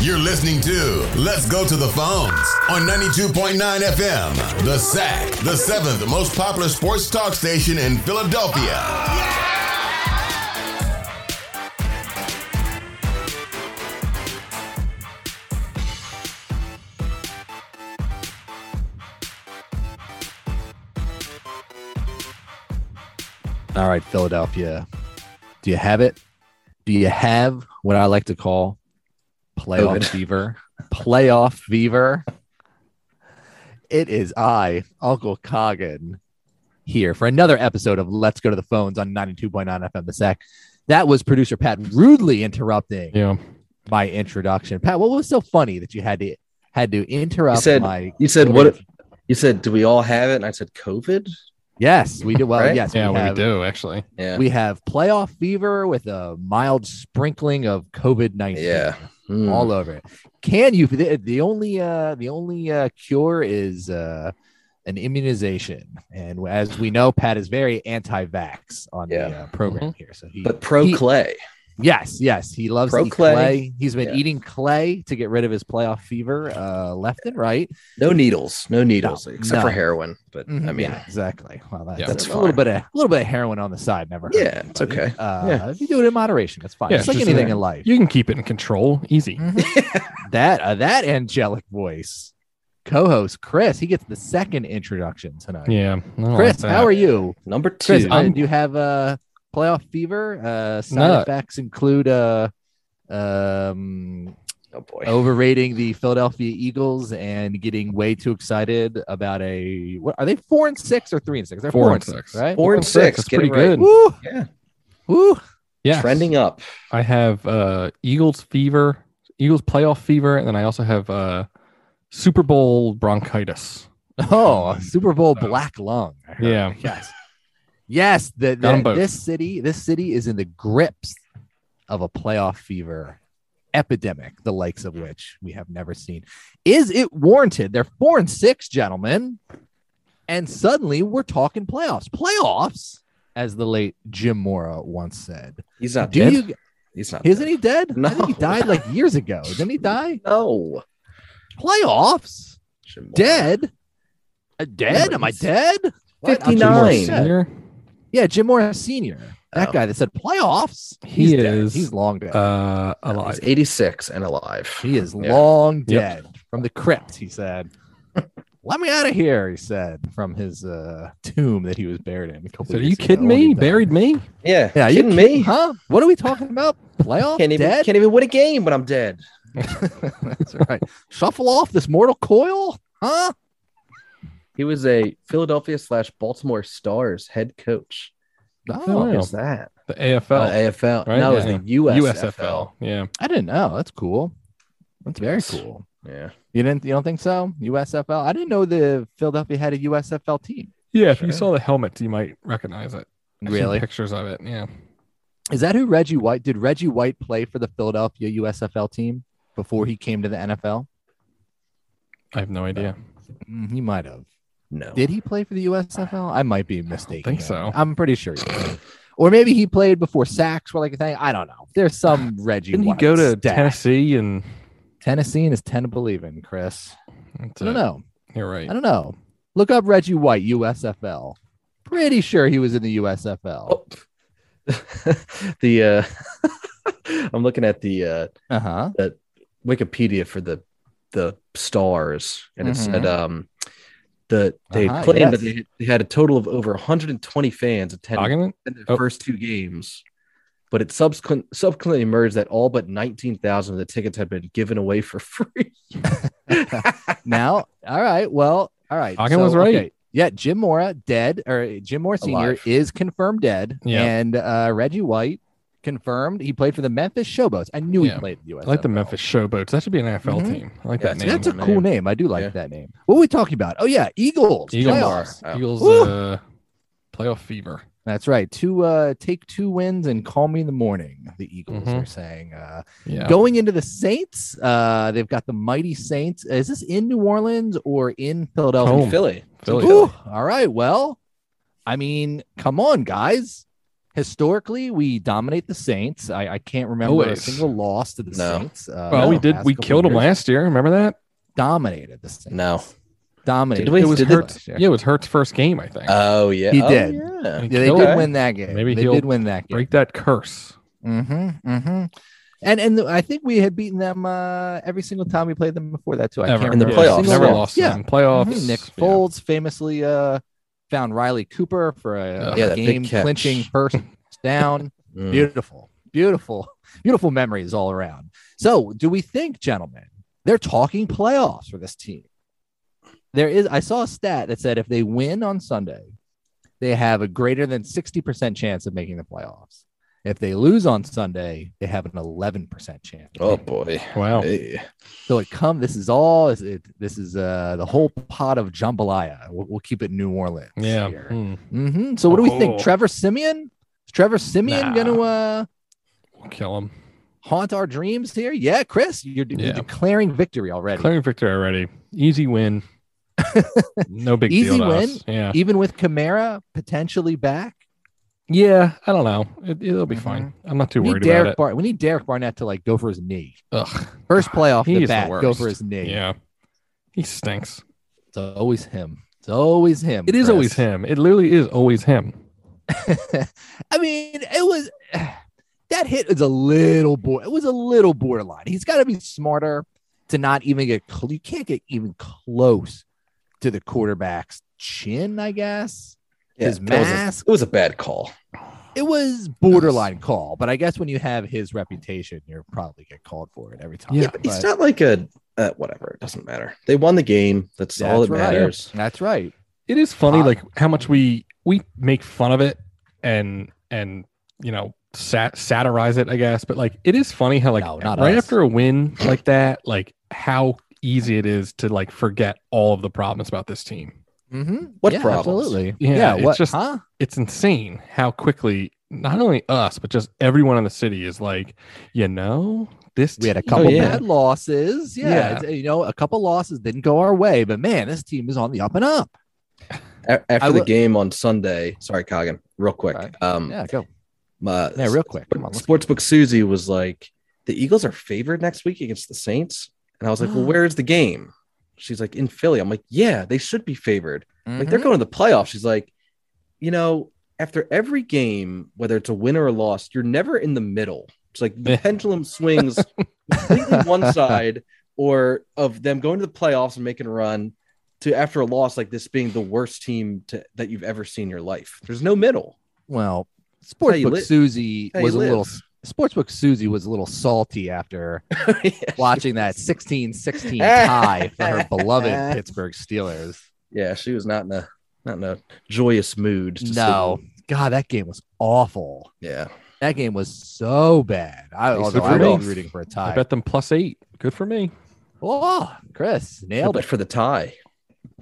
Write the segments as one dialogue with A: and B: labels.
A: You're listening to Let's Go to the Phones on 92.9 FM, The Sack, the seventh most popular sports talk station in Philadelphia.
B: All right, Philadelphia. Do you have it? Do you have what I like to call playoff
C: COVID.
B: fever? Playoff fever. It is I, Uncle Coggin, here for another episode of Let's Go to the Phones on 92.9 FM the sec. That was producer Pat rudely interrupting
D: Yeah.
B: my introduction. Pat, what was so funny that you had to had to interrupt
C: said-
B: my
C: You said what? You said, do we all have it? And I said, COVID.
B: Yes, we do. Well,
C: Right?
B: yes,
D: Yeah, we,
B: have-
D: do actually.
C: Yeah.
B: We have playoff fever with a mild sprinkling of COVID nineteen
C: yeah. Mm.
D: Hmm.
B: all over it. Can you? The, the only uh, the only uh, cure is uh, an immunization, and as we know, Pat is very anti-vax on
C: Yeah.
B: the uh, program
D: Mm-hmm.
B: here. So he,
C: but pro
B: he-
C: clay.
B: yes, yes, he loves
C: Pro
B: to eat
C: clay.
B: clay. He's been
C: Yeah.
B: eating clay to get rid of his playoff fever, uh, left and right.
C: No needles. No needles except for
B: no.
C: heroin. But I
B: Mhm,
C: mean,
B: yeah, exactly. Well, that,
D: Yeah.
B: that's
C: That's
B: a little bit of a little bit of heroin on the side. Never. hurt
C: Yeah, it's
B: anybody.
C: okay.
B: Uh,
D: Yeah.
B: If you do it in moderation, that's fine.
D: Yeah,
B: it's like
D: just
B: anything
D: that.
B: in life.
D: You can keep it in control. Easy.
B: Mm. that uh, that angelic voice, co-host Chris, he gets the second introduction tonight.
D: Yeah. I don't
B: Chris,
D: like
B: how
D: that.
B: are you?
C: number
B: Chris,
C: two.
B: uh,
D: I'm-
B: do you have uh, playoff fever? Uh, side
D: No.
B: effects include uh, um,
C: oh boy.
B: overrating the Philadelphia Eagles and getting way too excited about a what are they four and six or three and six? They're
D: Four and six.
B: right?
C: Four and six.
D: That's
C: get
D: pretty
C: it right.
D: good.
B: Woo,
C: Yeah.
B: woo.
D: Yeah.
C: Trending up.
D: I have uh Eagles fever, Eagles playoff fever, and then I also have uh Super Bowl bronchitis.
B: Oh, a Super Bowl
D: Uh,
B: black lung. I heard.
D: Yeah.
B: Yes. Yes. The,
D: Got 'em
B: the-
D: both.
B: this city, this city is in the grips of a playoff fever epidemic, the likes of which we have never seen. Is it warranted? They're four and six, gentlemen. And suddenly we're talking playoffs. Playoffs, as the late Jim Mora once said.
C: He's not
B: Do
C: dead.
B: you
C: He's not.
B: isn't
C: dead.
B: he dead? I think he
C: No.
B: died like years ago. Didn't he die?
C: No.
B: Playoffs?
C: Shouldn't-
B: Dead? Uh, Dead? Am I dead? What? I'm
D: Jim
B: Jim Mora
D: Mora
C: 59.
B: Sr.
D: Senior,
B: Yeah, Jim Mora Senior. That
C: Oh.
B: guy that said playoffs.
D: He
B: he's Dead.
D: is,
B: He's long dead.
D: Uh,
C: He's
D: alive.
C: 86 and alive.
B: he is
C: yeah.
B: long
D: Yep.
B: dead from the crypt. He said, "Let me out of here," he said from his uh, tomb that he was buried in. A couple
D: So are
B: years
D: you
B: ago.
D: kidding
B: When he
D: me?
B: died.
D: Buried me?
C: Yeah.
B: Yeah, are you
C: kidding me?
B: Huh? What are we talking about? Playoff
C: Can't even
B: dead.
C: can't even win a game when I'm dead.
B: That's right. Shuffle off this mortal coil, huh?
C: He was a Philadelphia slash Baltimore Stars head coach.
B: Oh,
D: wow.
C: Is that
D: The
C: Uh,
D: AFL.
C: AFL?
D: right?
C: No,
D: Yeah.
C: it's the USFL.
D: USFL. Yeah.
B: I didn't know. That's cool. That's very
C: Yes.
B: cool.
C: Yeah.
B: You didn't? You don't think so? USFL. I didn't know the Philadelphia had a USFL team.
D: Yeah. If you
C: Sure.
D: saw the helmet, you might recognize it. I've seen Pictures of it. Yeah.
B: Is that who Reggie White did? Reggie White play for the Philadelphia USFL team before he came to the NFL?
D: I have
B: Uh,
D: no idea.
B: Mm, He might have.
C: No.
B: Did he play for the USFL? I might be mistaken.
D: think
B: there.
D: so.
B: I'm pretty sure. He did. Or maybe he played before sacks were like a thing. I don't know. There's some Reggie.
D: Didn't he
B: White
D: go to
B: stat.
D: Tennessee and
B: Tennessee and is ten to believe in, Chris.
D: That's
B: I don't
D: it.
B: know.
D: You're right.
B: I don't know. Look up Reggie White USFL. Pretty sure he was in the USFL.
C: Oh. the uh I'm looking at the uh
D: Oh.
B: Uh huh.
C: Wikipedia for the the stars and it
B: Mhm.
C: said um the they
B: Uh-huh,
C: claimed
B: yes.
C: that they, they had a total of over 120 fans attending
D: Cognizant?
C: their
D: Oh.
C: first two games. But it subsequent, subsequently emerged that all but 19,000 of the tickets had been given away for free.
B: now, all right. Well, all right.
D: Hagen was right.
B: Yeah, Jim Mora dead, or Jim Mora Senior
C: Alive.
B: is confirmed dead,
D: Yeah.
B: and uh, Reggie White confirmed he played for the Memphis Showboats. I knew
D: Yeah.
B: he played in the U.S.
D: I like the Memphis Showboats. That should be an NFL
B: Mhm.
D: team. I like
C: Yeah,
D: that
C: it's-
D: name.
B: That's a
C: name.
B: cool name. I do like
C: Yeah.
B: that name. What were we talking about? Oh yeah, Eagles.
D: Eagles.
B: playoffs.
C: Oh.
D: Eagles
B: Woo!
D: uh, playoff fever.
B: That's right. Two uh, take two wins and call me in the morning. The Eagles
D: Mhm.
B: are saying. Uh,
D: Yeah.
B: Going into the Saints, uh, they've got the mighty Saints. Is this in New Orleans or in Philadelphia?
D: Home.
C: Philly.
D: Philly.
B: Ooh, all right. Well, I mean, come on, guys. historically we dominate the Saints. I, I can't remember
D: Always.
B: a single loss to the
C: No.
B: Saints. Uh,
D: Well,
B: over
D: we
B: the
D: did.
B: past
D: We
B: couple
D: killed them
B: years.
D: last year. Remember that?
B: Dominated the Saints.
C: No.
B: Dominated.
C: Did we-
B: the
D: it was
C: did
B: Saints
C: they-
D: Hurts.
B: last year.
D: Yeah, it was Hurts' first game, I
B: Uh,
D: think.
C: Oh yeah.
B: He
C: Oh,
B: did.
C: yeah.
D: And he
B: Yeah, they
D: killed
B: did
D: it.
B: win that game.
D: Maybe
B: they
D: he'll
B: did win that game.
D: Break that curse.
B: Mm-hmm, mm-hmm. And and I think we had beaten them uh, every single time we played them before that too. I
D: Never.
B: can't
C: In the
B: remember a
C: playoffs.
B: single
D: Never
B: loss.
D: lost.
B: Yeah,
D: in playoffs.
B: Mhm. Nick
D: Yeah.
B: Folds famously uh, found Riley Cooper for a, a
C: Yeah, that big
B: game
C: catch.
B: clinching first down.
C: Mm.
B: Beautiful, beautiful, beautiful memories all around. So, do we think, gentlemen, they're talking playoffs for this team? There is. I saw a stat that said if they win on Sunday, they have a greater than sixty percent chance of making the playoffs. If they lose on Sunday, they have an eleven percent chance.
C: Oh boy.
D: Wow.
C: Hey.
B: So it come. This is all. Is it? This is uh the whole pot of jambalaya. We'll, we'll keep it New Orleans.
D: Yeah.
B: here.
D: Hmm.
B: Mhm. So what do we
D: Oh.
B: think? Trevor Simeon? Is Trevor Simeon
D: Nah.
B: gonna uh
D: We'll kill him.
B: haunt our dreams here? Yeah, Chris, you're, de- you're
D: Yeah.
B: declaring victory already.
D: Clearing victory already. Easy win. no big
B: Easy
D: deal. to
B: win?
D: us. Yeah.
B: Even with Kamara potentially back,
D: Yeah. I don't know. It, it'll be fine. I'm not too
B: we Mm-hmm. need
D: worried
B: Derek
D: about it.
B: Bar- we need Derek Barnett to like go for his knee.
D: Ugh.
B: First playoff
D: He
B: the
D: is the
B: bat, go
D: worst.
B: for his knee.
D: Yeah. He stinks.
B: It's always him. It's always him.
D: It is
B: Chris.
D: always him. It literally is always him.
B: I mean, it was that hit is a little boy. It was a little borderline. He's got to be smarter to not even get. Cl- you can't get even close to the quarterback's chin. I guess
C: Yeah,
B: his
C: that was a-
B: mask.
C: it was a bad call.
B: It was borderline call, but I guess when you have his reputation, you're probably get called for it every time.
D: Yeah,
C: Yeah, but he's not like a uh, whatever. It doesn't matter. They won the game. That's, all that
B: That's right.
C: matters.
B: That's right.
D: It is funny,
B: Uh,
D: like how much we we make fun of it and and you know sat, satirize it, I guess. But like, it is funny how like
B: No, not
D: right
B: us.
D: after a win like that, like how easy it is to like forget all of the problems about this team.
B: Mm-hmm.
C: What
B: yeah,
C: problems?
B: Absolutely.
D: Yeah, it's
B: what?
D: just-
B: huh?
D: It's insane how quickly not only us but just everyone in the city is like, you know, this
B: We had a
D: team-
B: couple
C: yeah.
B: bad losses.
D: Yeah.
B: Oh, Yeah, it's- You know, a couple losses didn't go our way, but man, this team is on the up and up.
C: A- After
B: I
C: the
B: will-
C: game on Sunday, sorry, Coggin, real quick.
B: Sorry.
C: Um,
B: Yeah, go.
C: my-
B: Yeah, real quick. Come on. let's-
C: Sportsbook Susie was like, the Eagles are favored next week against the Saints. And I was like, well, where's the game? She's like, in Philly. I'm like, yeah, they should be favored. Like, they're
B: Mhm.
C: going to the playoffs. She's like, you know, after every game, whether it's a win or a loss, you're never in the middle. It's like the pendulum swings completely one side or of them going to the playoffs and making a run to after a loss like this being the worst team to, that you've ever seen in your life. There's no middle.
B: Well,
C: how you
B: Sportsbook
C: li-
B: Susie
C: Hey,
B: was a
C: live.
B: little Sportsbook Susie was a little salty after watching that 16-16 tie for her beloved Pittsburgh Steelers.
C: Yeah, she was not in a not in a joyous mood. to say
B: No.
C: the-
B: God, that game was awful.
C: Yeah.
B: That game was so bad. I,
C: They
B: although
D: slipped
B: I
D: it
B: was
D: off.
B: rooting for a
D: I
B: tie.
D: bet them plus eight. Good for me.
B: oh, Chris nailed
C: But
B: it.
C: for the tie.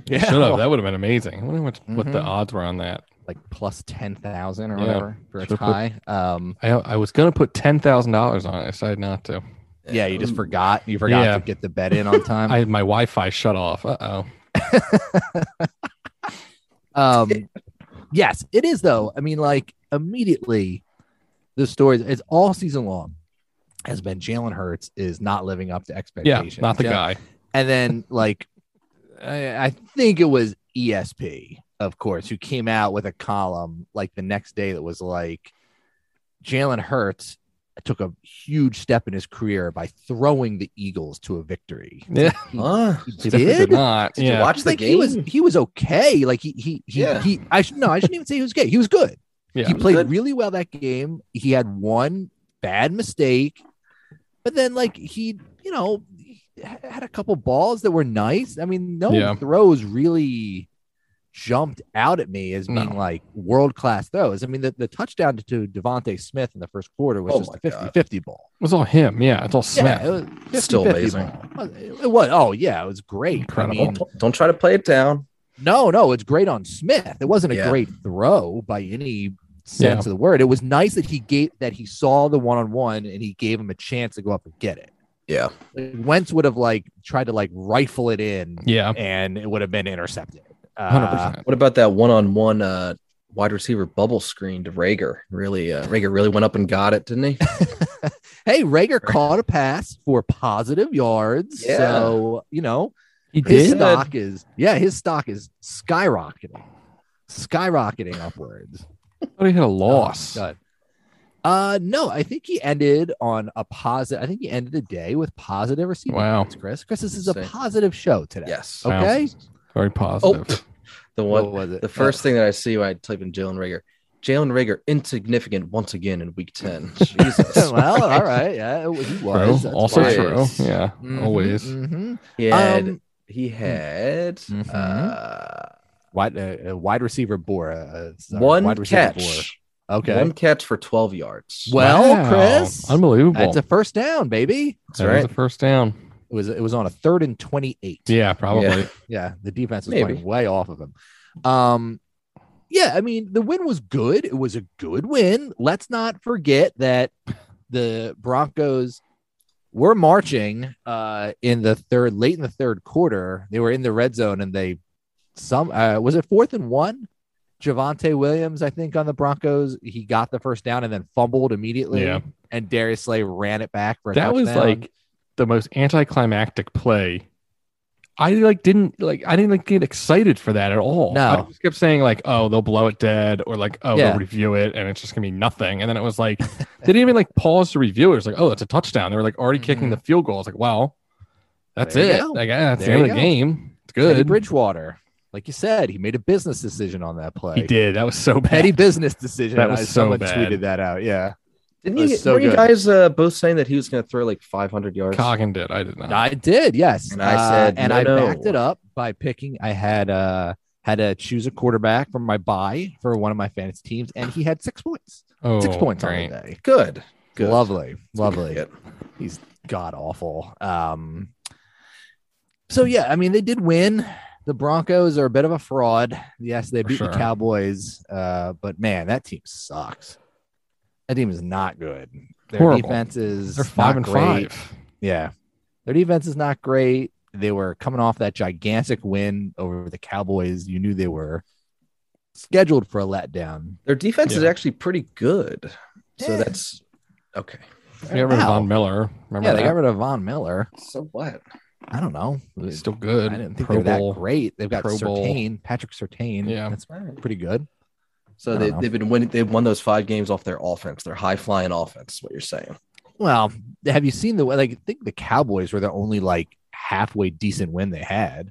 B: Yeah,
D: Should have. That would have been amazing. I wonder what, what the
B: Mhm.
D: odds were on that.
B: like plus ten thousand or
D: Yeah.
B: whatever for a
D: Should've put-
B: tie. Um,
D: I I was gonna put ten thousand dollars on it. I decided not to.
B: yeah, you just forgot. You forgot
D: Um, Yeah.
B: to get the bet in on time.
D: I my Wi-Fi shut off. Uh oh.
B: Um, yes, it is though. I mean, like immediately, the story it's all season long has been Jalen Hurts is not living up to
D: Yeah,
B: expectations.
D: not the
B: Yeah.
D: guy.
B: And then like, I, I think it was ESP, of course, who came out with a column like the next day that was like, Jalen Hurts took a huge step in his career by throwing the Eagles to a victory.
D: Yeah,
C: Huh?
D: he definitely did
B: Did?
D: not.
C: Did
D: yeah,
C: you watch the
B: like
C: game?
B: he was he was okay. Like he he he,
C: Yeah.
B: he I should no, I shouldn't even say he was good. He was good.
D: Yeah.
B: he played
C: Good.
B: really well that game. He had one bad mistake, but then like he you know he had a couple balls that were nice. I mean, no
D: Yeah.
B: throws really jumped out at me as being
D: No.
B: like world class throws. I mean, the, the touchdown to Devonte Smith in the first quarter was
C: Oh
B: just
C: my
B: a
C: God.
B: 50-50 ball.
D: it was all him. Yeah, it's all Smith.
B: Yeah, it was 50,
C: Still amazing.
B: It was oh yeah, it was great.
D: Incredible.
B: I mean,
C: Don't try to play it down.
B: no, no, it's great on Smith. It wasn't a
C: Yeah.
B: great throw by any sense of the word. It was nice that he gave that he saw the one on one and he gave him a chance to go up and get it.
C: Yeah.
B: Like, Wentz would have like tried to like rifle it in,
D: yeah,
B: and it would have been intercepted.
D: hundred
B: Uh,
D: percent.
C: What about that one on one uh wide receiver bubble screen to Rager. Really, uh, Rager really went up and got it, didn't he?
B: Hey, Rager caught a pass for positive yards.
C: Yeah.
B: So, you know,
D: He
B: his
D: did.
B: stock is, yeah, his stock is skyrocketing, skyrocketing upwards.
D: I thought he had a loss.
B: Oh, God. Uh, no, I think he ended on a positive. I think he ended the day with positive receiving.
D: Wow.
B: yards, Chris. Chris, this is a
C: Insane.
B: positive show today.
C: yes.
B: Oh, Okay.
D: Very positive.
B: Oh,
C: The
B: What,
C: one,
B: was it?
C: the first thing that I see when I type in Jalen Rager, Jalen Rager insignificant once again in Week Ten. Jesus.
B: well, all right. Yeah, it was, he
D: True.
B: was. That's
D: Also
B: fine.
D: true.
C: biased.
D: Yeah.
B: Mhm,
D: Always.
B: mhm.
C: He had,
B: Um,
C: he had
B: Mhm.
C: uh,
B: Wide, uh, uh, wide receiver bore. Uh, sorry,
C: one
B: wide receiver bore.
C: catch,
B: Okay.
C: one catch for twelve yards.
B: Well,
D: Wow.
B: Chris,
D: Unbelievable.
B: that's a first down, baby.
C: That's
D: That was
C: right.
D: the first down.
B: It was it was on a third and twenty-eight.
D: Yeah, probably.
B: Yeah, the defense was
C: Maybe.
B: playing way off of him. Um, yeah, I mean the win was good. It was a good win. Let's not forget that the Broncos were marching uh, in the third, late in the third quarter. They were in the red zone and they some uh, was it fourth and one. Javante Williams, I think, on the Broncos, he got the first down and then fumbled immediately.
D: Yeah.
B: And Darius Slay ran it back for a
D: That was
B: touchdown.
D: like the most anticlimactic play. I like didn't like I didn't like get excited for that at all.
B: No.
D: I just kept saying like, oh, they'll blow it dead, or like, oh,
B: Yeah.
D: they'll review it, and it's just gonna be nothing. And then it was like they didn't even like pause to review it. It was like, oh, that's a touchdown. They were like already kicking
B: Mhm.
D: the field goal. I was like, wow, that's
B: There you
D: it.
B: go.
D: Like, yeah, that's
B: There
D: the end
B: you
D: of
B: go.
D: the game. It's
B: Teddy
D: good.
B: Bridgewater, like you said, he made a business decision on that play.
D: He did. That was so bad.
B: petty business decision.
D: That
B: and
D: was
B: I-
D: so
B: someone
D: bad.
B: tweeted that out. Yeah,
C: Didn't
B: That's
C: you,
B: so
C: were you
B: good.
C: guys uh, both saying that he was going to throw like 500 yards?
D: Coggin did. I did not.
B: I did. Yes,
C: And I said,
B: Uh, and
C: no,
B: I
C: no.
B: backed it up by picking. I had uh had to choose a quarterback from my buy for one of my fantasy teams, and he had six points.
D: oh,
B: Six points on
D: great.
B: the day.
C: Good. Good.
B: Lovely, lovely.
C: Good.
B: He's god awful. Um, so yeah, I mean they did win. The Broncos are a bit of a fraud. Yes, they
D: For
B: beat
D: sure.
B: the Cowboys, uh, but man, that team sucks. That team is not good. Their
D: Horrible.
B: defense is
D: They're
B: not
D: five and
B: great.
D: five.
B: Yeah. Their defense is not great. They were coming off that gigantic win over the Cowboys. You knew they were scheduled for a letdown.
C: Their defense is
D: Yeah.
C: actually pretty good. So
B: Yeah.
C: that's okay.
D: They got rid of
B: Wow.
D: Von Miller. Remember
B: yeah, they
D: that?
B: got rid of Von Miller.
C: So what?
B: I don't know.
D: He's still good.
B: I didn't think
D: Pro
B: they were
D: Bowl.
B: that great. They've got
D: Pro Bowl.
B: Sertain, Patrick Sertain.
D: Yeah.
B: That's pretty good. I
C: So
B: don't
C: they,
B: know.
C: they've been winning. They've won those five games off their offense. Their high flying offense. Is what you're saying?
B: Well, have you seen the way? Like, I think the Cowboys were the only like halfway decent win they had.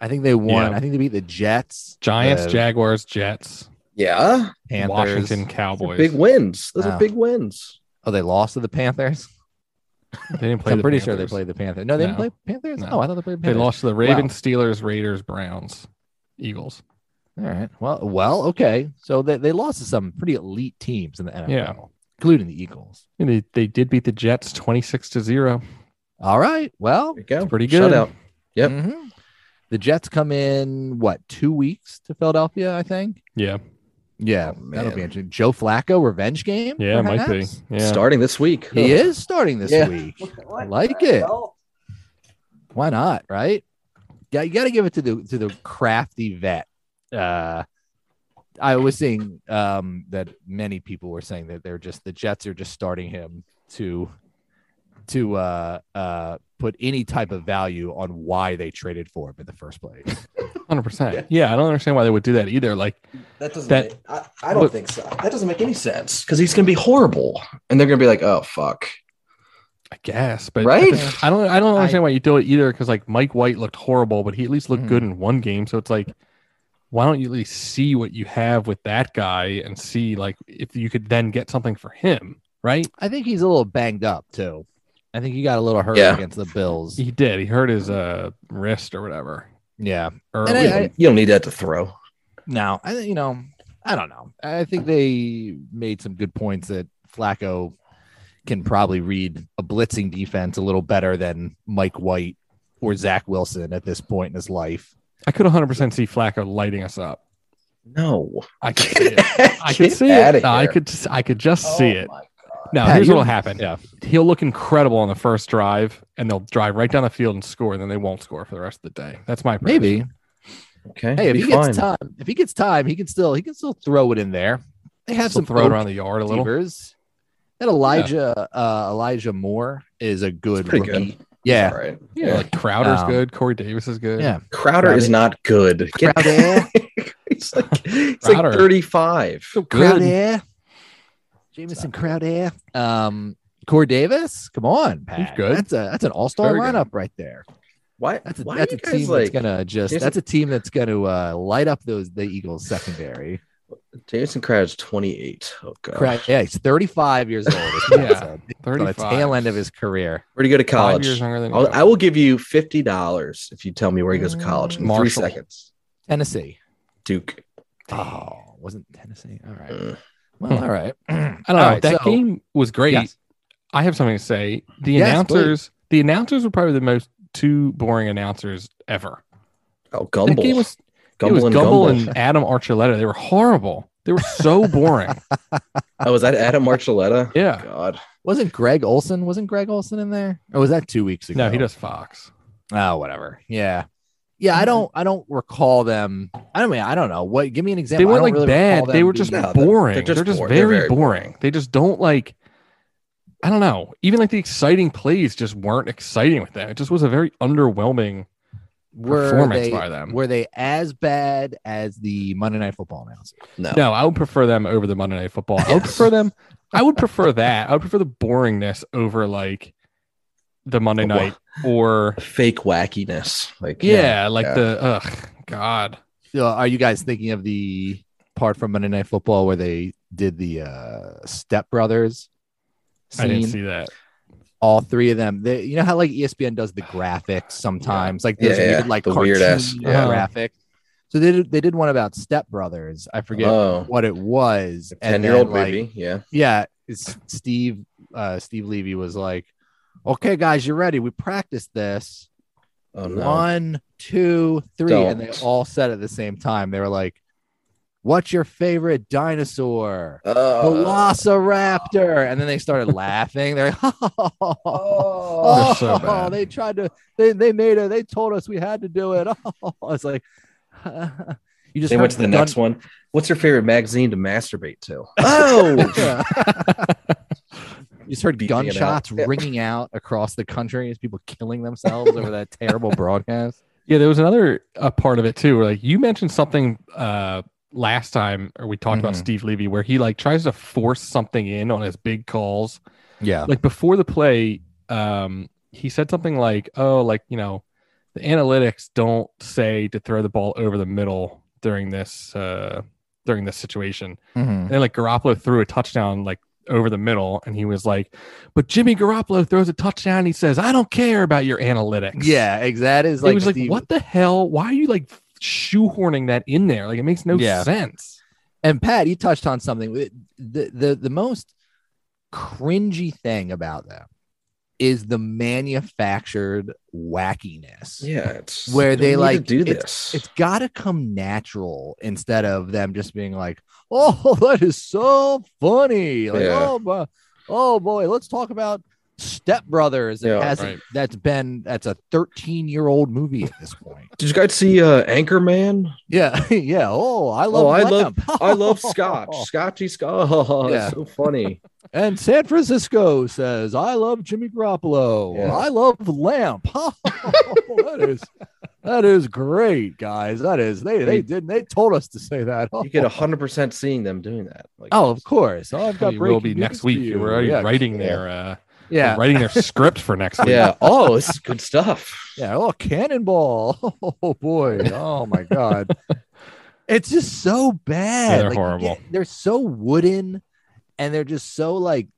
B: I think they won.
D: Yeah.
B: I think they beat the Jets,
D: Giants,
B: the
D: Jaguars, Jets,
C: Yeah,
B: Panthers.
D: Washington Cowboys.
C: big wins. Those
B: Wow.
C: are big wins.
B: Oh, they lost to the Panthers.
D: They didn't play.
B: I'm
D: the
B: pretty sure they
D: Panthers.
B: played the Panthers. No, they
D: No.
B: didn't play Panthers.
D: No.
B: Oh, I thought they played.
D: They
B: Panthers.
D: lost to the Ravens, Steelers, Raiders, Browns, Eagles.
B: All right. Well, well, okay. So they, they lost to some pretty elite teams in the NFL,
D: Yeah.
B: including the Eagles.
D: And they, they did beat the Jets twenty six to zero.
B: All right. Well,
C: There you go.
D: It's pretty good.
C: Shutout. Yep.
B: mhm. the Jets come in what two weeks to Philadelphia? I think.
D: Yeah,
B: Yeah,
C: Oh,
B: that'll be
C: man.
B: interesting. Joe Flacco revenge game.
D: yeah, it might be.
B: perhaps?
D: Yeah,
C: Starting this week.
B: He is starting this
C: Yeah.
B: week. I like it. Why not? Right? Yeah, you got to give it to the to the crafty vet. Uh, I was seeing um, that many people were saying that they're just the Jets are just starting him to to uh, uh, put any type of value on why they traded for him in the first place.
D: hundred percent. Yeah, I don't understand why they would do that either. Like,
C: That doesn't.
D: That-
C: make- I, I don't
D: Look-
C: think so. That doesn't make any sense because he's going to be horrible, and they're going to be like, "Oh fuck."
D: I guess, but
C: Right?
D: I don't. I don't understand why you do it either. Because like Mike White looked horrible, but he at least looked good in one game. So it's like, why don't you at least see what you have with that guy and see like if you could then get something for him, right?
B: I think he's a little banged up too. I think he got a little hurt
C: Yeah.
B: against the Bills.
D: He did. He hurt his uh wrist or whatever.
B: Yeah.
D: Or
B: And
C: You
B: I-
C: don't- you don't need that to throw.
B: No, I you know, I don't know. I think they made some good points that Flacco can probably read a blitzing defense a little better than Mike White or Zach Wilson at this point in his life.
D: I could 100% see Flacco lighting us up.
C: No.
D: I could see it. I could
C: Get
D: see
C: outta
D: it. No, I
C: here.
D: could s- I could just see
C: Oh
D: it.
C: my God.
D: Now,
B: Pat,
D: here's
B: you-
D: what'll happen.
B: yeah.
D: He'll look incredible on the first drive and they'll drive right down the field and score and then they won't score for the rest of the day. That's my prediction.
B: Maybe.
C: Okay.
B: Hey, if
C: be
B: he
C: fine.
B: gets time, if he gets time, he can still he can still throw it in there. They have
D: Still
B: some
D: throw it
B: open
D: around the yard a little.
B: receivers. That Elijah uh, Elijah Moore is a good
C: pretty
B: rookie. Yeah,
C: All right.
D: Yeah, like Crowder's
B: Um,
D: good. Corey Davis is good.
B: yeah.
C: Crowder
B: Crowder.
C: is not good. Get-
B: Crowder.
C: he's like he's
D: Crowder.
C: like 35.
D: Good.
B: Crowder, Jameson Crowder, um, Core Davis. Come on, Pat.
D: good.
B: That's a that's an all star
D: Very good.
B: lineup right there.
C: Why
B: That's a,
C: why
B: that's
C: are
B: a
C: you guys
B: team
C: like
B: that's gonna just
C: Here's
B: that's a team that's gonna uh, light up those the Eagles secondary.
C: Jameson Crowder's 28. Oh god.
B: Correct. Yeah, he's 35 years old. is what
D: Yeah,
B: I said. He's on the
D: 35.
B: tail end of his career.
C: Where'd he go to
D: Five
C: college?
D: years younger than
C: I'll,
D: you.
C: I will give you fifty dollars if you tell me where he goes to college in
D: Marshall.
C: three seconds.
B: Tennessee.
C: Duke.
B: Oh, wasn't Tennessee? All right.
C: Mm.
B: Well, all right.
D: I don't know.
B: All right,
D: that
B: so-
D: game was great.
B: Yes.
D: I have something to say. The
B: Yes,
D: announcers, the announcers were probably the most two boring announcers ever.
C: Oh,
D: That
C: Gumble.
D: game was, it
C: Gumble
D: was
C: and
D: Gumble
C: Gumble.
D: and Adam Archuleta. They were horrible. They were so boring.
C: oh, was that Adam Marchaletta?
D: yeah.
C: God.
B: Wasn't Greg Olson? Wasn't Greg Olson in there? Or was that two weeks ago?
D: No, he does Fox.
B: Oh, whatever. Yeah. Yeah,
D: Mm-hmm.
B: I don't I don't recall them. I mean, I don't know. What give me an
D: They
B: example. I
D: weren't
B: don't
D: like
B: really recall
D: bad.
B: them
D: They were
B: being-
D: just
C: No, they're-
D: boring. They're
C: they're
D: just,
C: just boring. They're
D: very
C: very
D: boring. They just don't like. I don't know. Even like the exciting plays just weren't exciting with them. It just was a very underwhelming. performance
B: they,
D: by them.
B: Were they as bad as the Monday Night Football announcers?
C: No.
D: No, I would prefer them over the Monday Night Football. I would
C: Oh. Yes.
D: prefer them. I would prefer that. I would prefer the boringness over like the Monday
C: Wha-
D: Night or
C: Fake wackiness. Like
D: yeah, like
C: yeah.
D: the ugh, God.
B: So are you guys thinking of the part from Monday Night Football where they did the uh Step Brothers?
D: I didn't
B: scene?
D: see that.
B: all three of them. They, you know how like E ESPN does the graphics sometimes, like those
C: Yeah, yeah.
B: weird like
C: The
B: cartoon
C: weird ass,
D: yeah.
B: graphic. So they did, they did one about Step Brothers. I forget
C: Oh.
B: what it was.
C: Ten
B: And
C: year old
B: then, like,
C: baby. Yeah.
B: Yeah, it's Steve uh, Steve Levy was like, "Okay, guys, you're ready. We practiced this.
C: Oh no.
B: One, two, three. and they
C: Don't.
B: all said at the same time. They were like, "What's your favorite dinosaur?"
C: Oh.
B: Velociraptor, and then they started laughing. They're like,
C: Oh.
B: Oh,
D: They're so bad.
B: they tried to. They they made it. They told us we had to do it. Oh, it's like you just
C: They went to the next
B: one.
C: one. What's your favorite magazine to masturbate to? Oh,
B: you just heard
C: Beeping it out.
B: gunshots ringing out across the country as people killing themselves over that terrible broadcast.
D: Yeah, there was another a part of it too. Where, like you mentioned something uh last time, or we talked about
B: Mhm.
D: Steve Levy, where he like tries to force something in on his big calls.
B: Yeah,
D: like before the play, um, he said something like, "Oh, like you know, the analytics don't say to throw the ball over the middle during this uh, during this situation."
B: Mm-hmm.
D: And then like Garoppolo threw a touchdown like over the middle, and he was like, "But Jimmy Garoppolo throws a touchdown." And he says, "I don't care about your analytics."
B: yeah, exactly. That is
D: it
B: like
D: was like,
B: the-
D: "What the hell? Why are you like shoehorning that in there? Like it makes no
B: Yeah.
D: sense."
B: And Pat, you touched on something. The, the, the most cringy thing about them is the manufactured wackiness.
C: yeah. It's,
B: Where
C: you
B: they,
C: don't need
B: like,
C: to do
B: it's-
C: this.
B: It's got to come natural instead of them just being like, oh, that is so funny. Like,
C: Yeah.
B: oh, bu- oh, boy, let's talk about Step Brothers. That
C: Yeah,
B: hasn't-
D: right.
B: That's been, that's a 13 year old movie at this point.
C: Did you guys see uh, Anchorman?
B: yeah. Yeah. Oh, I love,
C: Oh, I
B: Lamb.
C: I love Scotch. Scotchy Scotch. Oh,
B: Yeah.
C: it's so funny.
B: And San Francisco says, I love Jimmy Garoppolo.
C: Yeah.
B: I love Lamp. Oh, that is that is great, guys. That is they they
C: mean-
B: didn't they told us to say that.
C: You get hundred percent seeing them doing that. Like,
B: Oh, of course. Oh, I've got
D: It will
B: breaking
D: be
B: news
D: next
B: for
D: week.
B: You.
D: We're already
B: yeah.
D: writing their uh,
B: Yeah.
D: writing their script for next week.
C: yeah. Oh, this is good stuff.
B: Yeah. Oh, cannonball. Oh boy. Oh my god. it's just so bad.
D: Yeah, they're
B: Like, you
D: horrible.
B: get- they're so wooden, and they're just so like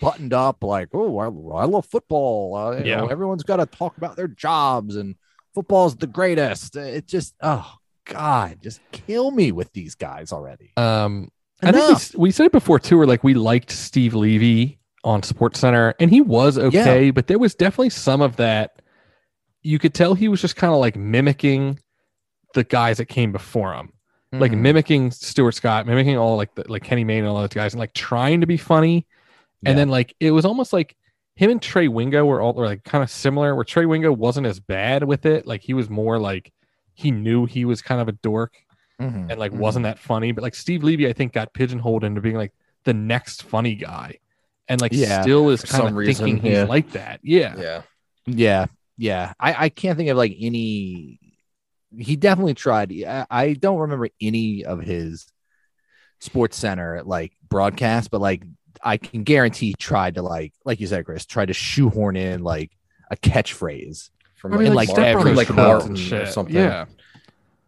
B: buttoned up. Like, oh, I, I love football. Uh, you
D: Yeah.
B: know, everyone's got to talk about their jobs, and football's the greatest. Uh, It just, oh god, just kill me with these guys already.
D: Um, I think we,
B: Enough.
D: s- we said it before too, where like we liked Steve Levy on Sports Center, and he was okay, but there was definitely some of that. You could tell he was just kind of like mimicking the guys that came before him, like
B: Mm-hmm.
D: mimicking Stuart Scott, mimicking all like the, like Kenny Mayne and all those guys, and like trying to be funny.
B: Yeah.
D: And then like it was almost like him and Trey Wingo were all were like kind of similar, where Trey Wingo wasn't as bad with it, like he was more like he knew he was kind of a dork
B: Mhm.
D: and like
B: Mhm.
D: wasn't that funny. But like Steve Levy, I think got pigeonholed into being like the next funny guy, and like
B: Yeah,
D: still is
C: for
D: kind of
C: some reason,
D: thinking
C: yeah.
D: he's like that. Yeah,
C: Yeah.
B: Yeah, yeah. I I can't think of like any. He definitely tried. I, I don't remember any of his Sports Center like broadcast, but like I can guarantee he tried to like like you said, Chris, tried to shoehorn in like a catchphrase.
C: From
D: I mean,
B: And,
D: like,
B: like,
D: Step
B: every
D: Brothers
B: like,
D: commercials
C: Martin
D: and
C: or
D: shit.
C: something.
D: Yeah,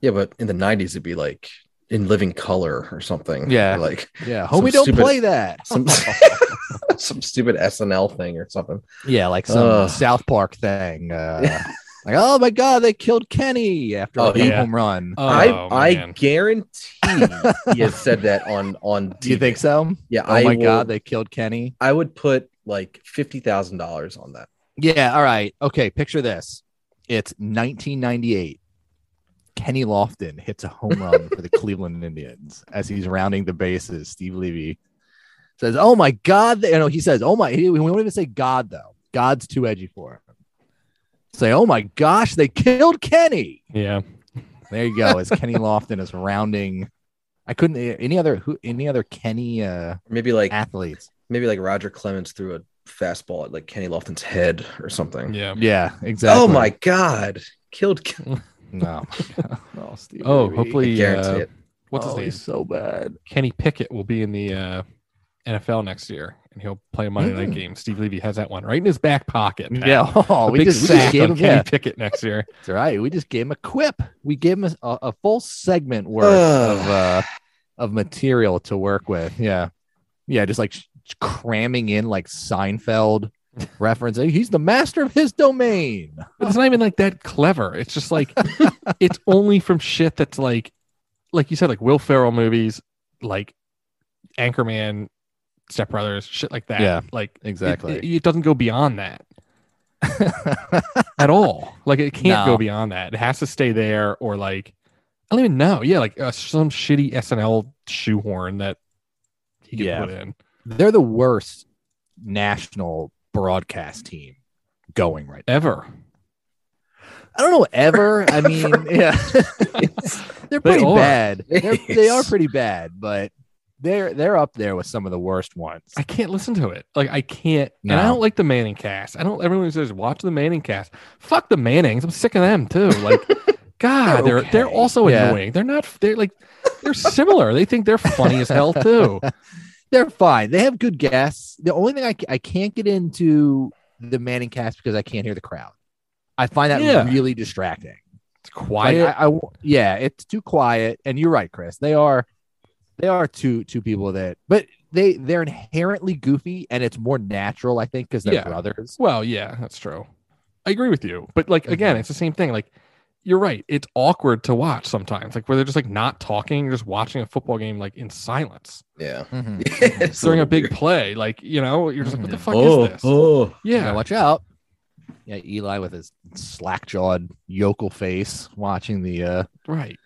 C: Yeah, but in the nineties it'd be like in living color or something.
B: Yeah.
C: Like
B: Yeah,
C: Some
B: homie, don't
C: stupid-
B: play that.
C: some some stupid SNL thing or something.
B: Yeah, like some
C: Ugh.
B: South Park thing. Uh, like, oh my God, they killed Kenny after
C: Oh,
B: a deep
D: yeah.
B: home run.
D: Oh,
C: I I
D: man.
C: guarantee he has said that on on
B: Do you
C: TV.
B: think so?
C: Yeah,
B: Oh
C: I
B: my
C: will-
B: God, they killed Kenny.
C: I would put like fifty thousand dollars on that.
B: Yeah. All right. Okay. Picture this. It's 1998. Kenny Lofton hits a home run for the Cleveland Indians as he's rounding the bases. Steve Levy says, "Oh my God!" They, no, he says, "Oh my." He, we won't even say God though. God's too edgy for him. Say, "Oh my gosh, they killed Kenny."
D: yeah.
B: There you go. As Kenny Lofton is rounding, I couldn't any other who any other Kenny uh,
C: Maybe like
B: athletes.
C: maybe like Roger Clemens threw a fastball at like Kenny Lofton's head or something.
D: Yeah.
B: Yeah, exactly.
C: Oh my god. Killed Ken-
B: No. oh, Steve
D: Oh,
B: Levy.
D: hopefully,
C: guarantee
D: uh,
C: it.
D: what's
B: Oh,
D: his name?
B: he's so bad.
D: Kenny Pickett will be in the uh, NFL next year, and he'll play a Monday night
B: Mm.
D: game. Steve Levy has that one right in his back pocket. Pat.
B: Yeah. Oh,
D: A
B: we
D: big
B: just, we just
D: sack
B: gave
D: on
B: him.
D: Kenny
B: Yeah,
D: Pickett next year.
B: that's right. We just gave him a quip. We gave him a, a full segment worth
C: Ugh.
B: of uh, of material to work with. Yeah, yeah. Just like sh- cramming in like Seinfeld reference. Hey, He's the master of his domain.
D: But it's not even like that clever. It's just like it's only from shit that's like, like you said, like Will Ferrell movies, like Anchorman, Step Brothers, shit like that.
B: Yeah,
D: like it-
B: exactly.
D: It, it doesn't go beyond that at all. Like it can't
B: No.
D: go beyond that. It has to stay there, or like I don't even know. Yeah, like uh, some shitty SNL shoehorn that he can
B: Yeah.
D: put in.
B: They're the worst national broadcast team going right now.
D: ever.
B: I don't know ever. I mean, yeah, they're
D: They
B: pretty
D: are.
B: bad. They're, they are
C: Yes.
B: pretty bad, but they're they're up there with some of the worst ones.
D: I can't listen to it. Like I can't, and I
B: No.
D: don't like the Manning cast. I don't. Everyone says watch the Manning cast. Fuck the Mannings. I'm sick of them too. Like, God,
B: They're
D: they're they're
B: okay.
D: also
B: Yeah.
D: annoying. They're not. They're like they're similar. they think they're funny as hell too.
B: They're fine. They have good guests. The only thing I, ca- I can't get into the Manning cast because I can't hear the crowd. I find that
D: Yeah.
B: really distracting.
D: It's
B: Like,
D: quiet.
B: I, I- yeah, it's too quiet. And you're right, Chris. They are they are two two people that, but they they're inherently goofy, and it's more natural, I think, because they're
D: Yeah.
B: brothers.
D: well, yeah, that's true. I agree with you. But like
B: Mm-hmm.
D: again, it's the same thing. Like you're right. It's awkward to watch sometimes. Like where they're just like not talking. You're just watching a football game like in silence
C: Yeah.
D: Mm-hmm.
B: Mhm.
C: It's
D: during a
C: little
D: big
C: weird.
D: play. Like you know, you're just like, what
B: Mm-hmm.
D: the fuck
C: oh,
D: is this?
C: oh.
B: Yeah,
D: Yeah.
B: watch out. Yeah, Eli with his slack jawed yokel face watching the uh
D: Right.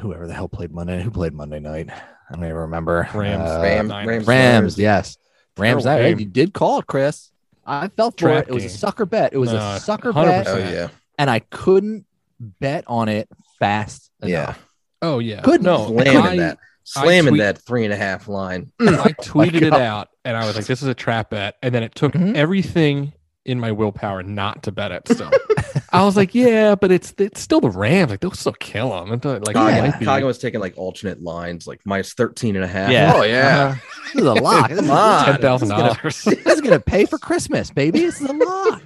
B: whoever the hell played Monday who played Monday night. I don't even remember.
D: Rams.
B: Uh,
C: Ram-
D: Niners.
C: oh. Rams.
B: Rams, Oh, yes. Rams
D: Terrible
B: that
D: game.
B: you did call it, Chris. I fell for
D: Draft
B: it. It was a
D: game.
B: sucker bet. It was
D: No,
B: a sucker bet
D: 100%.
C: Oh yeah.
B: and I couldn't bet on it fast
C: Yeah.
B: enough.
D: Oh yeah.
B: Couldn't
D: no.
C: Slamming
D: I-
C: that. Slamming
D: tweet-
C: that three and a half line.
D: I tweeted it
B: God.
D: out and I was like, this is a trap bet. And then it took
B: Mhm.
D: everything in my willpower not to bet it still. I was like, yeah, but it's it's still the Rams. Like they'll still kill them. And like "Oh, it
C: Coggin,
D: might be-
C: Coggin was taking like alternate lines, like minus 13 and a half.
B: Yeah.
C: Oh yeah.
B: Uh, this is a lock. This is-
C: Come on.
D: ten thousand dollars.
B: This is gonna pay for Christmas, baby. This is a lot.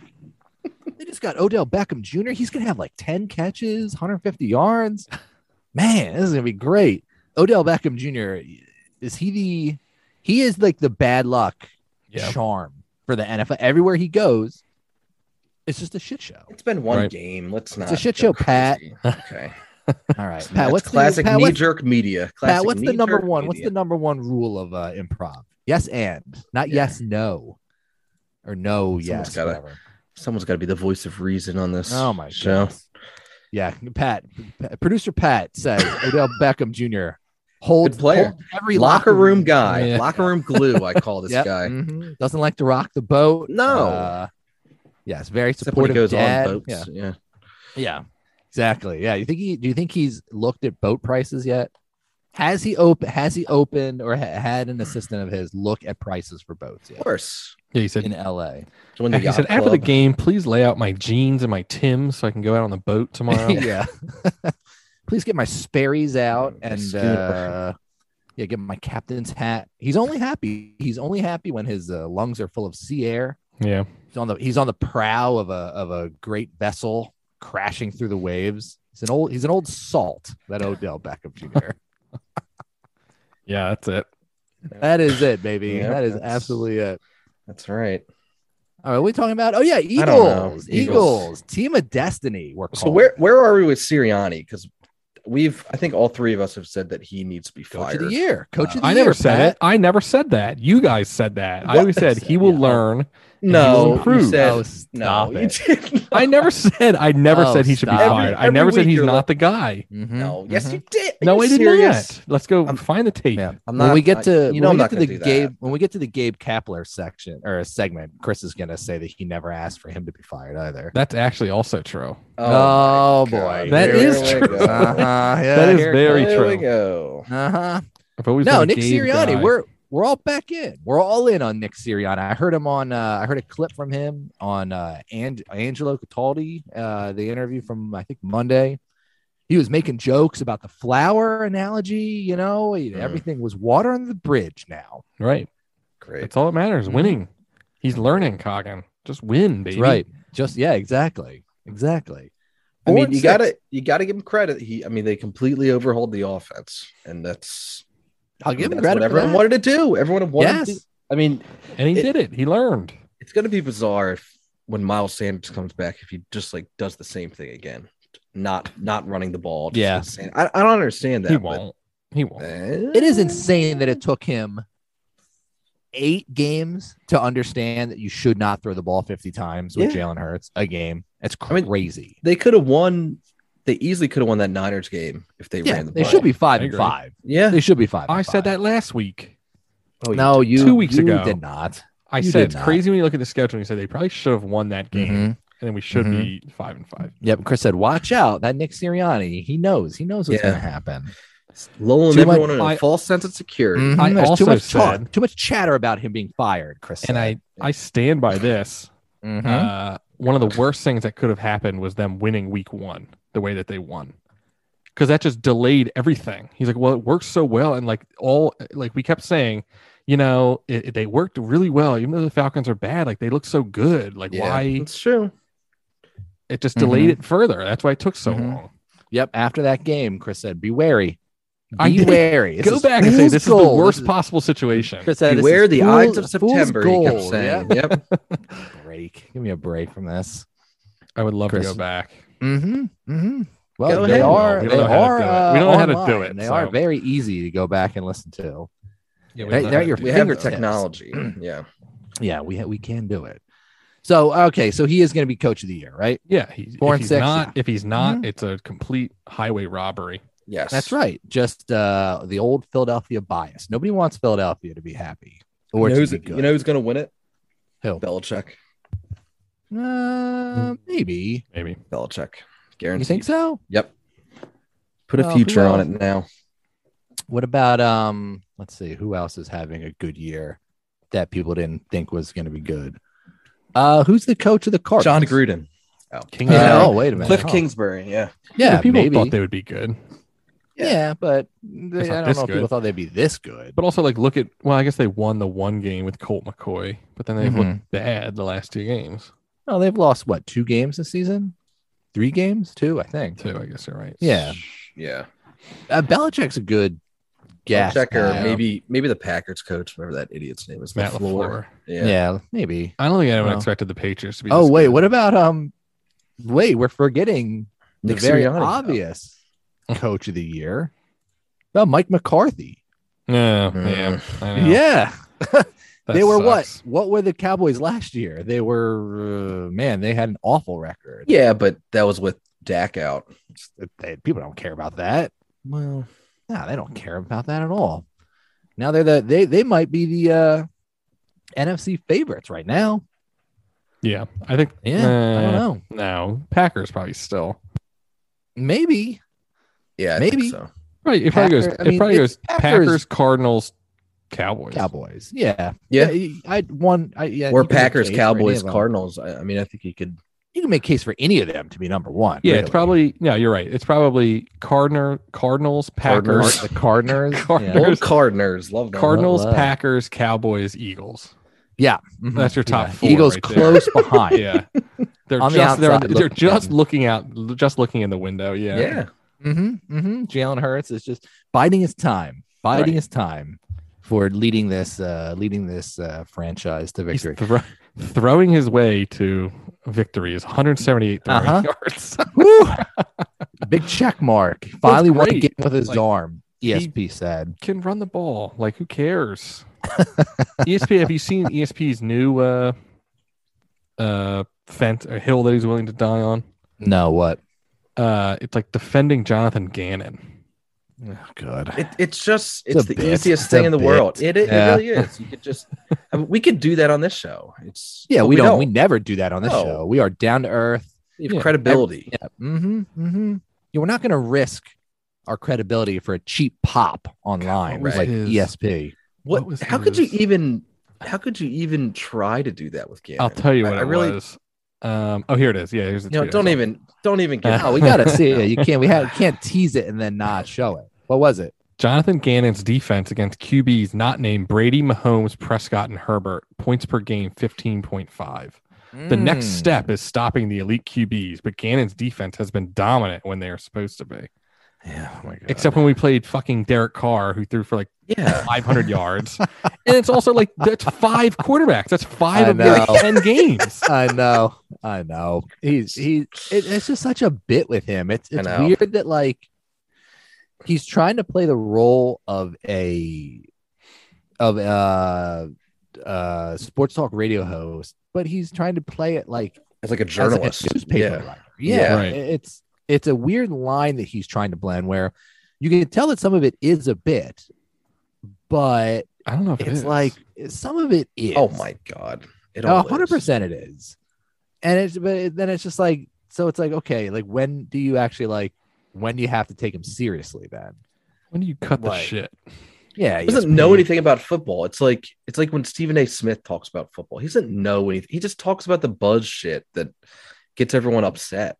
B: they just got Odell Beckham Jr. He's gonna have like 10 catches, 150 yards. Man, this is gonna be great. Odell Beckham Jr. Is he the he is like the bad luck
D: yeah.
B: charm for the NFL. Everywhere he goes, it's just a shit show.
C: It's been one
D: Right.
C: game. Let's not.
B: a shit
C: go
B: show, Pat.
C: crazy. Okay.
B: All right.
C: That's
B: Pat, what's
C: classic
B: the, Pat,
C: knee
B: what's,
C: jerk media? Classic
B: Pat, what's the number
C: knee-jerk
B: one? What's the
C: media.
B: number one rule of uh, improv? Yes and not
C: Yeah.
B: yes, no. Or no,
C: Someone's
B: yes,
C: gotta-
B: whatever.
C: Someone's got to be the voice of reason on this.
B: Oh my
C: show.
B: goodness. Yeah, Pat, P- producer Pat says Odell Beckham Jr. holds,
C: Good player.
B: holds every
C: Locker room guy.
D: Yeah.
C: Locker room glue. I call this
B: Yep.
C: guy.
B: Mhm. doesn't like to rock the boat. Uh,
C: No.
B: yes, very
C: Except when he
B: supportive
C: goes
B: dad.
C: on boats.
B: Yeah,
C: Yeah.
B: yeah. Exactly. Yeah. You think he? Do you think he's looked at boat prices yet? Has he open? Has he opened or ha- had an assistant of his look at prices for boats
C: Of
B: yet
C: course.
D: Yeah, he said.
B: in L.A.?
C: So when the
D: he
C: yacht
D: said after the
C: club-
D: game, please lay out my jeans and my Tims so I can go out on the boat tomorrow.
B: yeah. Please get my Sperry's out
C: My
B: and
C: scooter.
B: uh, yeah, get my captain's hat. He's only happy. He's only happy when his uh, lungs are full of sea air.
D: yeah.
B: He's on the he's on the prow of a of a great vessel crashing through the waves. He's an old he's an old salt that Odell Beckham Jr.
D: Yeah, that's it.
B: that is it, baby.
C: Yeah,
B: that is
C: that's-
B: absolutely it.
C: That's right
B: All right, what are we talking about? Oh yeah,
C: don't know.
B: Eagles, Eagles, Team of Destiny. We're
C: So
B: calling
C: where
B: it.
C: where are we with Sirianni? Because we've I think all three of us have said that he needs to be
B: coach
C: fired.
B: of the year? Coach
C: Uh,
B: of the
D: I
B: year.
D: never said
B: Pat.
D: it. I never said that. You guys said that. I
C: What?
D: always said he will
B: Yeah.
D: learn. He
C: No,
D: was
C: you
D: improved.
C: said
B: Oh,
C: no.
B: stop
C: You
B: it.
C: did
D: I never said. I never
B: Oh,
D: said he should be
B: stop.
D: fired.
C: Every-
D: I never
C: every
D: said
C: week
D: he's
C: you're
D: not
C: like-
D: the guy.
B: Mhm,
C: no. Yes,
B: mhm.
C: you did. Are
D: No,
C: you
D: I did
C: serious?
D: not. Let's go
C: I'm-
D: find the tape.
B: Yeah.
C: I'm
B: when
C: not-
B: we get to
C: I- you know
B: when
C: I'm
B: we
C: not
B: get to
C: gonna
B: the
C: do that.
B: Gabe when we get to the Gabe Kapler section or a segment, Chris is gonna say that he never asked for him to be fired either.
D: That's actually also true.
B: Oh,
C: my
B: boy.
C: God.
D: That
C: Here
D: is
C: we
D: true.
C: go.
B: Uh-huh, yeah,
D: That is
B: here it
D: very
C: Here
D: true.
C: we go.
B: Uh-huh.
D: I've always been
B: No,
D: a
B: Nick
D: Gabe
B: Sirianni.
D: guy.
B: We're we're all back in. We're all in on Nick Sirianni. I heard him on. Uh, I heard a clip from him on uh, and Angelo Cataldi, uh, the interview from I think Monday. He was making jokes about the flower analogy. You know,
C: Mm.
B: everything was water under the bridge now.
D: right.
C: Great.
D: That's all that matters.
B: Mhm.
D: Winning. He's learning, Coggin. Just win, baby.
B: That's right. Just yeah, exactly, exactly.
C: I
B: Four
C: mean,
B: and
C: you
B: six.
C: gotta you gotta give him credit. He I mean they completely overhauled the offense. And that's
B: I'll give him
C: that's
B: credit.
C: what
B: for
C: everyone
B: that.
C: wanted to do. Everyone wanted
B: Yes.
C: to do- I mean,
D: And he
C: It-
D: did it. He learned.
C: it's gonna be bizarre if when Miles Sanders comes back, if he just like does the same thing again, not not running the ball. just
B: Yeah.
C: the same. I, I don't understand that.
D: he
C: but- eh.
D: won't. He won't.
C: It
B: It is insane that it took him eight games to understand that you should not throw the ball 50 times with
C: Yeah.
B: Jalen Hurts a game. That's
C: I mean,
B: crazy.
C: They could have won. They easily could have won that Niners game if they
B: yeah,
C: ran the
B: they
C: ball.
B: should be five
D: I
B: and
D: agree. Oh,
B: five.
C: Yeah.
B: They should be five.
D: I
B: and
D: said
B: five.
D: that last week.
B: no, you
D: Two weeks
B: you
D: ago.
B: did not.
D: I
B: You
D: said
B: did
D: it's
B: not.
D: crazy when you look at the schedule and you say they probably should have won that game.
B: Mhm.
D: And then we should
B: Mhm.
D: be five and five.
B: Yep. Chris said, "Watch out, that Nick Sirianni. He knows. He knows what's
C: Yeah.
B: going to happen.
C: Lulling
B: Too
C: everyone
D: much-
C: in a
D: I-
C: false sense of security.
B: Mhm,
D: I
B: There's
D: also
B: too much
D: said-
B: talk, too much chatter about him being fired." Chris
D: And I, I stand by this.
B: I, mm-hmm.
D: Uh, one of the worst things that could have happened was them winning week one the way that they won. Because that just delayed everything. He's like, well, it worked so well. And like all like we kept saying, you know, it, it- they worked really well. Even though the Falcons are bad, like they look so good. Like
C: Yeah,
D: why
C: It's true.
D: it just
B: Mm-hmm.
D: delayed it further. That's why it took so
B: Mhm.
D: long.
B: yep. After that game, Chris said, "Be wary.
D: I
B: Be
D: did.
B: wary. This
D: Go
B: is
D: back and say
B: fool's
D: this is the
B: gold. This
D: worst
B: is-
D: possible situation.
B: Chris said, this
C: Beware
B: is
C: the
B: fool-
C: eyes of
B: fool's
C: September. He kept
B: gold.
C: saying.
B: Yeah.
C: Yep.
B: Break. Give me a break from this.
D: I would love
B: Chris.
D: to go back.
B: Mm-hmm. Mm-hmm. Well,
C: Go
B: they
C: ahead.
B: are.
D: We don't
B: they
D: know how to
B: are.
D: do it.
B: uh,
D: We don't know how to do
B: online.
D: it,
B: They
D: so-
B: are very easy to go back and listen to.
D: Yeah,
B: we Hey, don't know they're how to your do
C: We
B: that.
C: have the
B: Fingertips.
C: technology. yeah.
B: Yeah, we ha- we can do it. So okay, so he is going to be coach of the year, right?
D: Yeah, he,
B: Four and
D: if he's
B: six,
D: not, if he's not,
B: Mhm.
D: it's a complete highway robbery.
C: Yes.
B: That's right. Just uh, the old Philadelphia bias. Nobody wants Philadelphia to be happy or
C: you know
B: to
C: who's,
B: be good.
C: you know who's gonna win it?
B: Who?
C: Belichick.
B: uh, maybe
D: Maybe
C: Belichick.
B: you
C: Guaranteed.
B: think so?
C: Yep. Put a
B: Well, who
C: future on
B: else?
C: it now.
B: What about um? Let's see, who else is having a good year that people didn't think was going to be good? Uh, who's the coach of the Cardinals?
C: John Gruden.
D: King.
C: Uh,
B: Yeah, oh, wait a minute.
C: Cliff
B: Oh.
C: Kingsbury. Yeah.
B: Yeah,
D: people
B: maybe.
D: thought they would be good,
B: yeah. but they,
D: It's not
B: I don't
D: this
B: know if people
D: good.
B: thought they'd be this good.
D: but also like look at well, I guess they won the one game with Colt McCoy, but then they've
B: Mhm.
D: looked bad the last two games
B: No, Oh, they've lost what two games this season? Three games? Two, I think.
D: too. I guess you're right.
B: Yeah.
C: Yeah.
B: Uh, Belichick's a good guess.
C: Belichick or
B: pal.
C: maybe maybe the Packers coach, whatever that idiot's name is.
D: Matt
C: LaFleur.
D: Lafleur.
B: Yeah,
C: Yeah.
B: maybe.
D: I don't think anyone
B: Well.
D: expected the Patriots to be.
B: Oh
D: this
B: wait,
D: good.
B: what about um? Wait, we're forgetting the
C: Nick
B: very
C: Sirianni.
B: obvious coach of the year. Well, Mike McCarthy.
D: Yeah,
C: Mm.
D: yeah, I know.
B: Yeah,
D: That
B: they were
D: sucks.
B: what? What were the Cowboys last year? They were uh, man. They had an awful record.
C: Yeah, but that was with Dak out.
B: They- people don't care about that.
C: Well,
B: No, they don't care about that at all. Now they're the they they might be the uh NFC favorites right now.
D: Yeah, I think.
B: Yeah, I don't
D: eh,
B: know.
D: No, Packers probably still.
B: Maybe.
C: Yeah, I
B: Maybe.
C: think so.
D: Right. It probably goes.
B: Packer- I
D: it
B: mean,
D: probably
B: it's
D: goes.
B: Packers-
D: Packers, Cowboys. Cowboys.
B: Cowboys. Yeah.
C: Yeah.
B: I'd one. I, yeah.
C: or
B: you can make
C: Packers,
B: case for any of
C: Cowboys,
B: them.
C: Cardinals. I, I mean, I think you could.
B: You can make case for any of them to be number one.
D: Yeah,
B: really.
D: it's probably no. You're right. It's probably Cardinal, Cardinals, Packers,
B: Card- the Cardinals.
D: Cardinals.
B: Yeah.
C: Old Cardiners love them.
D: Cardinals,
B: Well, uh,
D: Packers, Cowboys, Eagles.
C: Mhm.
D: Mm-hmm. That's your top
B: Yeah.
D: four.
B: Eagles
D: right there.
B: close behind.
D: Yeah, they're
B: On the
D: just they're,
B: outside
D: they're
B: looking
D: just
B: in.
D: looking out, just looking in the window. Yeah.
C: yeah.
B: Mm-hmm, mm-hmm. Jalen Hurts is just biding his time, biding
D: Right.
B: his time for leading this uh leading this uh franchise to
D: He's
B: victory.
D: thro- throwing his way to victory is 178 throwing
B: Uh-huh.
D: yards.
B: Woo! Big check mark. Finally won a
D: great.
B: game with his
D: Like, E
B: arm. ESP said.
D: Can run the ball. Like who cares? E ESP. Have you seen ESP's new uh uh fence or hill that he's willing to die on?
B: No, what?
D: Uh, it's like defending Jonathan Gannon.
B: Oh, God.
C: It, it's just
B: It's a
C: it's, the
B: bit.
C: easiest
B: It's
C: thing
B: a
C: in the
B: bit.
C: world. It, it,
B: Yeah.
C: it really is. You could just I mean, we could do that on this show. It's
B: yeah,
C: but
B: we, don't, We never do that on this
C: No.
B: show. We are down to earth.
C: We have
D: Yeah.
C: credibility.
B: Yeah. Mm-hmm. Mm-hmm. Yeah, we're not going to risk our credibility for a cheap pop online
D: was
B: like E
D: his-
B: ESP.
D: What
C: What?
D: was
C: how could you
D: his-
C: even? How could you even try to do that with Gannon?
D: I'll tell you what
C: I,
D: it
C: I really.
D: was. Um, oh, here it is. Yeah, here's the.
C: No,
D: tweet I
C: don't
D: saw.
C: even. Don't even get.
B: Uh, No, Oh, we got to see it. You can't. We have, can't tease it and then not show it. What was it?
D: Jonathan Gannon's defense against QBs not named Brady, Mahomes, Prescott, and Herbert points per game 15.5. The
C: Hmm.
D: next
B: Mm.
D: step is stopping the elite QBs, but Gannon's defense has been dominant when they are supposed to be,
B: Yeah, oh my God.
D: except when we played fucking Derek Carr, who threw for like
C: Yeah.
D: 500 yards. And it's also like that's five quarterbacks. That's five
B: I
D: of your
B: know.
D: 10 games.
B: I know. I know. He's he. It, it's just such a bit with him. It's
C: I
B: it's
C: know.
B: weird that like he's trying to play the role of a of a uh sports talk radio host, but he's trying to play it like
C: As like a
B: as, like, a
C: journalist.
B: newspaper
C: Yeah.
B: writer. Yeah,
C: Yeah.
D: Right.
B: it- it's it's a weird line that he's trying to blend where you can tell that some of it is a bit, but
D: I don't know if it
B: it's
D: is.
B: like some of it is.
C: Oh my god. It all
B: A
C: is.
B: hundred percent, it is. And it's but it- then it's just like so. It's like okay, like when do you actually like when do you have to take him seriously? Then
D: when do you cut the
B: Right.
D: shit?
B: yeah,
C: He doesn't know anything about football. It's like it's like when Stephen A. Smith talks about football. He doesn't know anything. He just talks about the buzz shit that gets everyone upset.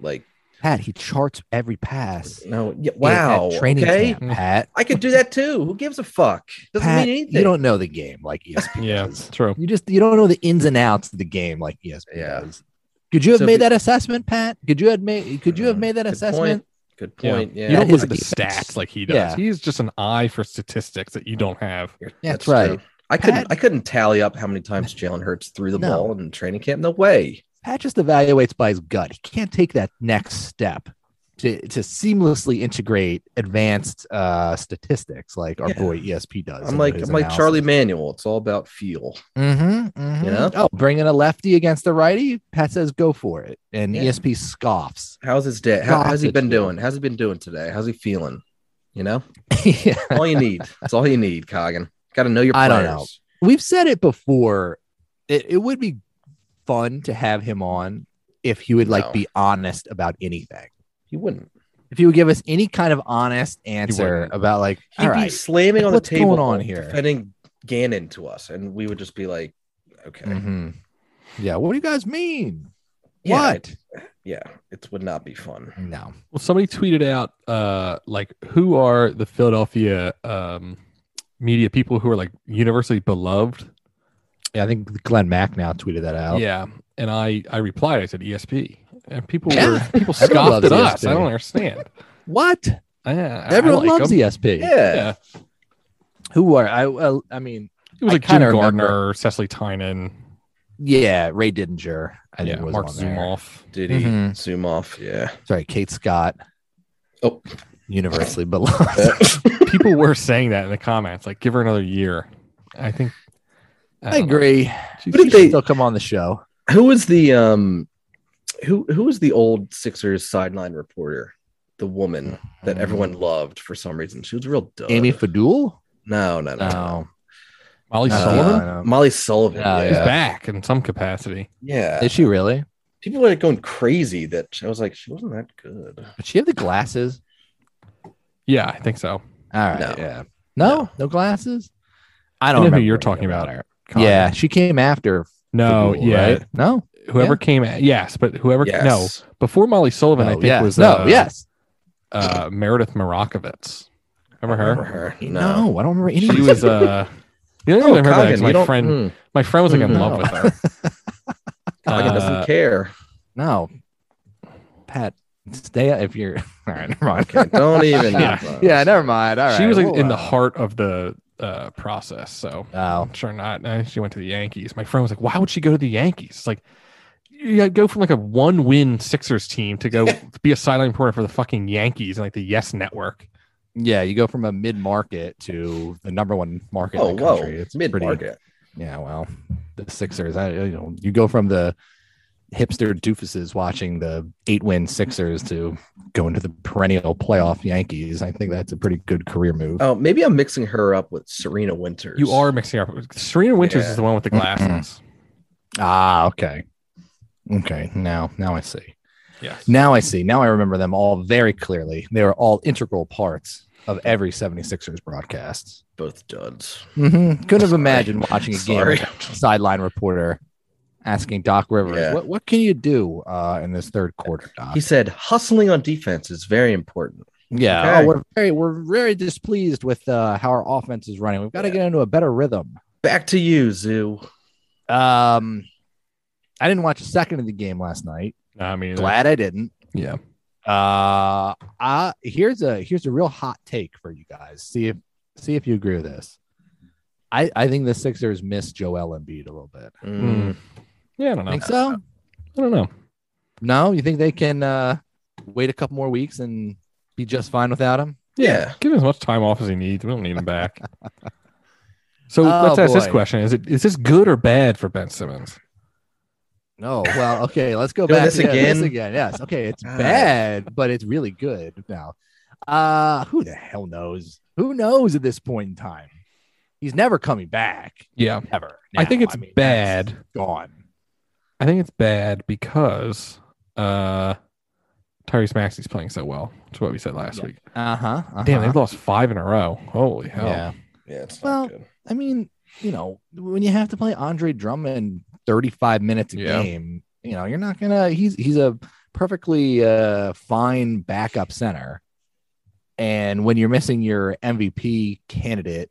C: Like
B: Pat, he charts every pass. in-
C: no, yeah, wow.
B: at training
C: okay,
B: camp, Pat.
C: I could do that too. Who gives a fuck? Doesn't
B: Pat,
C: mean anything.
B: you don't know the game like E ESPN
D: Yeah,
B: does.
D: true.
B: You just you don't know the ins and outs of the game like ESPN
C: Yeah.
B: does. Could you have
C: So
B: made
C: if-
B: that assessment, Pat? Could you have made could you have
C: Mm,
B: made that
C: good
B: assessment?
C: Good
D: Yeah.
C: point. Yeah,
D: You don't
B: That
D: look
B: is
D: at the
B: defense.
D: stats like he does.
B: Yeah.
D: He's just an eye for statistics that you don't have.
C: You're-
B: That's
C: true.
B: right.
C: I couldn't.
B: Pat-
C: I couldn't tally up how many times Jalen Hurts threw the
B: No.
C: ball in training camp. No way.
B: Pat just evaluates by his gut. He can't take that next step to, to seamlessly integrate advanced uh, statistics like our
C: Yeah.
B: boy ESP does.
C: I'm like. I'm like Charlie Manuel. It's all about feel.
B: Mm-hmm,
C: You know?
B: Oh, bringing a lefty against a righty. Pat says go for it, and
C: Yeah.
B: ESP scoffs.
C: How's his day? How, how's he
B: Sausage
C: been
B: feel.
C: doing? How's he been doing today? How's he feeling? You know,
B: yeah.
C: all you need. It's all you need, Coggin. Got to know your. Players.
B: I don't know. We've said it before. It, it would be fun to have him on if he would like
C: No.
B: be honest about anything.
C: He wouldn't.
B: If he would give us any kind of honest answer
D: wouldn't.
B: about like,
C: He'd
B: all
C: be
B: right,
C: slamming on
B: What's
C: the table
B: going on here?
C: defending Gannon to us, and we would just be like, okay,
B: mhm. yeah, what do you guys mean?
C: Yeah,
B: what?
C: it- yeah, it would not be fun.
B: No.
D: Well, somebody tweeted out uh like who are the Philadelphia um media people who are like universally beloved?
B: Yeah, I think Glenn Mack now tweeted that out.
D: Yeah. And I I replied, I said ESP. And people
B: Yeah.
D: were people
B: Everyone
D: scoffed
B: loves
D: at us.
B: ESP.
D: I don't understand.
B: What?
D: Yeah, I- I
B: Everyone
D: like
B: loves E
D: them.
B: ESP.
C: Yeah,
D: Yeah.
B: Who are I? Well, I mean,
D: It was
B: I
D: like Jim
B: kinda
D: Gardner,
B: remember-
D: Cecily Tynan,
B: yeah, Ray Didinger. I think
D: yeah,
B: was
D: Mark
B: on there.
D: Zumoff.
C: did he
B: Mhm.
C: zoom off? Yeah,
B: Sorry, Kate Scott.
C: Oh.
B: universally beloved.
D: people were saying that in the comments, like give her another year. I think
B: I
D: don't know.
B: agree.
D: She's-
C: What did
B: She
C: they-
B: should still come on the show.
C: who was the um, who who was the old Sixers sideline reporter? The woman that everyone loved for some reason. She was a real dud.
B: Mm-hmm. Amy Fadul?
C: No, no, no. no.
B: No.
D: Molly
B: No,
D: Sullivan
B: no, no.
C: Molly Sullivan.
B: Oh,
C: yeah.
D: is
B: Uh, yeah.
D: back in some capacity.
C: Yeah.
B: Is she really?
C: people were like going crazy that I was like, she wasn't that good.
B: Does she have the glasses?
D: Yeah, I think so.
B: All right.
C: No.
B: Uh, Yeah. No, no, glasses. I
D: know
B: don't
D: who
B: remember
D: you're
B: anything
D: talking about.
B: her.
D: Connor.
B: Yeah, she came after.
D: No,
B: Fagul,
D: yeah.
B: right? No.
D: Whoever
B: Yeah.
D: came, at, yes, but whoever, no,
C: Yes.
D: before Molly Sullivan, I
B: no,
D: think
B: yes.
D: was
B: no.
D: uh,
B: yes.
D: uh, Meredith Morakovitz. Remember her?
C: Remember her?
B: No.
C: No.
B: I don't remember any.
D: She was uh, you know, I
C: Oh,
D: remember that 'cause
C: Coggin, you
D: my
C: don't-
D: friend,
C: mm,
D: my friend was like in
B: Mm-hmm.
C: Mm.
D: love with her.
C: Coggin
D: Uh,
C: doesn't care.
B: no. Pat, stay if you're. All right. Never mind.
C: Okay, don't even.
D: Yeah.
B: yeah. Never mind. All right.
D: she was like,
B: well,
D: in the
B: uh,
D: heart of the uh, process. So
B: Oh.
D: I'm sure not. Uh, she went to the Yankees. My friend was like, "Why would she go to the Yankees?" It's like you gotta go from like a one-win Sixers team to go be a sideline reporter for the fucking Yankees and like the Yes Network.
B: Yeah. You go from a mid market to the number one market.
C: Oh,
B: in the
C: whoa.
B: country. It's
C: It's
B: pretty-
C: mid market.
B: Yeah, well, the Sixers. I you know you go from the hipster doofuses watching the eight win Sixers to going to the perennial playoff Yankees. I think that's a pretty good career move.
C: Oh, maybe I'm mixing her up with Serena Winters.
D: You are mixing up. Serena Winters
C: Yeah.
D: is the one with the glasses.
B: Ah, okay, okay. Now, now I see.
D: yes.
B: Now I see. Now I remember them all very clearly. They were all integral parts of every 76ers broadcast.
C: both duds.
B: Mhm. Couldn't have
C: Sorry.
B: imagined watching a game
C: Sorry.
B: sideline reporter asking Doc Rivers,
C: Yeah.
B: "What what can you do uh, in this third quarter, Doc?"
C: He said hustling on defense is very important.
B: Yeah,
C: Okay.
B: oh, we're very we're very displeased with uh, how our offense is running. We've got to
C: Yeah.
B: get into a better rhythm.
C: Back to you, Zoo.
B: Um, I didn't watch a second of the game last night.
D: I mean,
B: Glad I didn't.
D: yeah.
B: Uh, I, here's a here's a real hot take for you guys. See if see if you agree with this. I I think the Sixers missed Joel Embiid a little bit.
D: Mm. Yeah, I don't know.
B: think so?
D: I don't know.
B: No, you think they can uh, wait a couple more weeks and be just fine without him?
C: Yeah.
D: Give him as much time off as he needs. We don't need him back. So
B: Oh,
D: let's ask this
B: boy.
D: question: Is it is this good or bad for Ben Simmons?
B: No, well, okay, let's go
C: Doing
B: back
C: this
B: to
C: again?
B: again. Yes, okay, it's
C: God.
B: bad, but it's really good now. Uh, who the hell knows? Who knows at this point in time? He's never coming back.
D: Yeah,
B: Ever.
D: I
B: now.
D: think it's
B: mean, that's
D: bad.
B: Gone.
D: I think it's bad because uh Tyrese Maxey's playing so well. That's what we said last
B: Yeah.
D: week.
B: Uh huh. Uh-huh.
D: Damn, they've lost five in a row. Holy hell!
B: Yeah.
C: Yeah, it's
B: Well,
C: good.
B: I mean, you know, when you have to play Andre Drummond 35 minutes a
D: Yeah.
B: game, you know, you're not gonna he's he's a perfectly uh fine backup center. And when you're missing your MVP candidate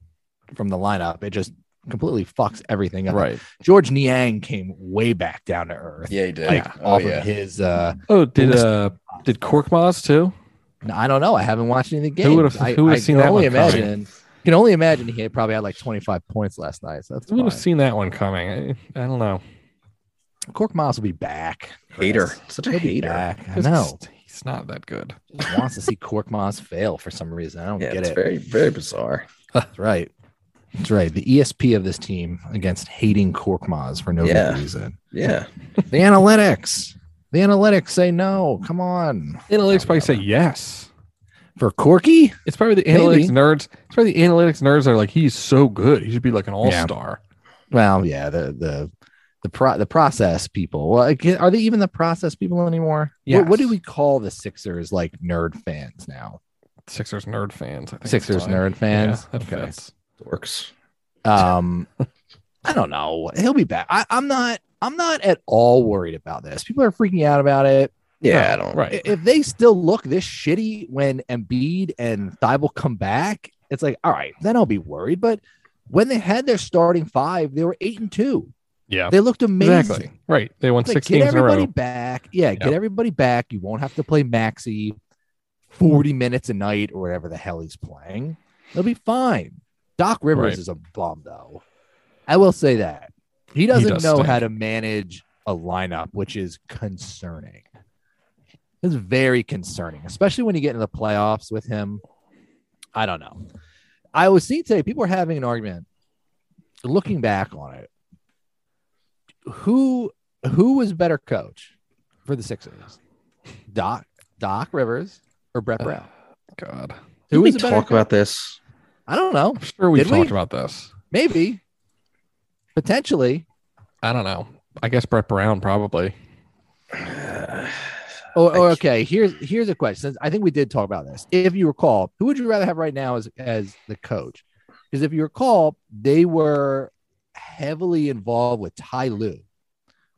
B: from the lineup, it just completely fucks everything up.
D: Right.
B: George Niang came way back down to earth.
C: Yeah, he did.
B: Like
C: oh,
B: off
C: yeah.
B: of his uh
D: Oh, did uh did Korkmaz too?
B: I don't know. I haven't watched any of the games.
D: Who would've-
B: I,
D: who would've
B: I
D: seen
B: can
D: that
B: only
D: one coming?
B: imagine can only imagine he had probably had like 25 points last night. So that's
D: We would have
B: fine.
D: seen that one coming. I, I don't know.
B: Cork Miles will be back.
C: Hater.
B: Chris.
C: Such a
B: He'll be
C: hater.
B: back. I
D: He's-
B: know.
D: he's not that good.
B: Just wants to see Cork Miles fail for some reason. I don't
C: Yeah,
B: get
C: it's
B: it.
C: very, very bizarre.
B: That's right. That's right. The ESP of this team against hating Cork Miles for no good
C: Yeah.
B: reason.
C: Yeah.
B: The analytics. The analytics say no. Come on.
D: Analytics probably say yes.
B: For Corky?
D: It's probably the
B: Maybe.
D: analytics nerds. It's probably the analytics nerds that are like, he's so good. He should be like an all star.
B: Well, yeah, the the the pro the process people. Well, like, are they even the process people anymore? Yeah. What, what do
D: Yes.
B: we call the Sixers like nerd fans now?
D: Sixers nerd fans. I think it's
B: Sixers
D: time.
B: nerd fans.
D: Yeah, that fits.
C: Dorks.
B: um i don't know he'll be back I, i'm not i'm not at all worried about this people are freaking out about it
C: Yeah,
D: No,
C: I don't.
D: Right.
B: I- if they still look this shitty when embiid and thibault come back it's like all right then i'll be worried but when they had their starting five they were eight and two
D: yeah.
B: they looked amazing
D: Exactly. Right. They won
B: It's like,
D: six
B: get
D: games in a
B: everybody
D: row.
B: back yeah get
D: Yep.
B: everybody back you won't have to play maxi 40 minutes a night or whatever the hell he's playing they'll be fine doc rivers
D: Right.
B: is a bum though i will say that he doesn't
D: does
B: know
D: stink.
B: how to manage a lineup which is concerning it's very concerning especially when you get into the playoffs with him i don't know i was seeing today people are having an argument looking back on it who who was better coach for the Sixers? Doc Doc Rivers or Brett Brown?
D: God.
C: Did
B: Who
C: we
B: was a better
C: Uh, talk
B: coach?
C: about this?
B: I don't know.
D: I'm sure we
B: Did we?
D: talked about this.
B: Maybe. Potentially.
D: I don't know. I guess Brett Brown probably.
C: Uh,
B: Oh, oh,
C: I-
B: okay. Here's here's a question. Since I think we did talk about this. If you recall, who would you rather have right now as as the coach? Because if you recall, they were heavily involved with Ty Lue.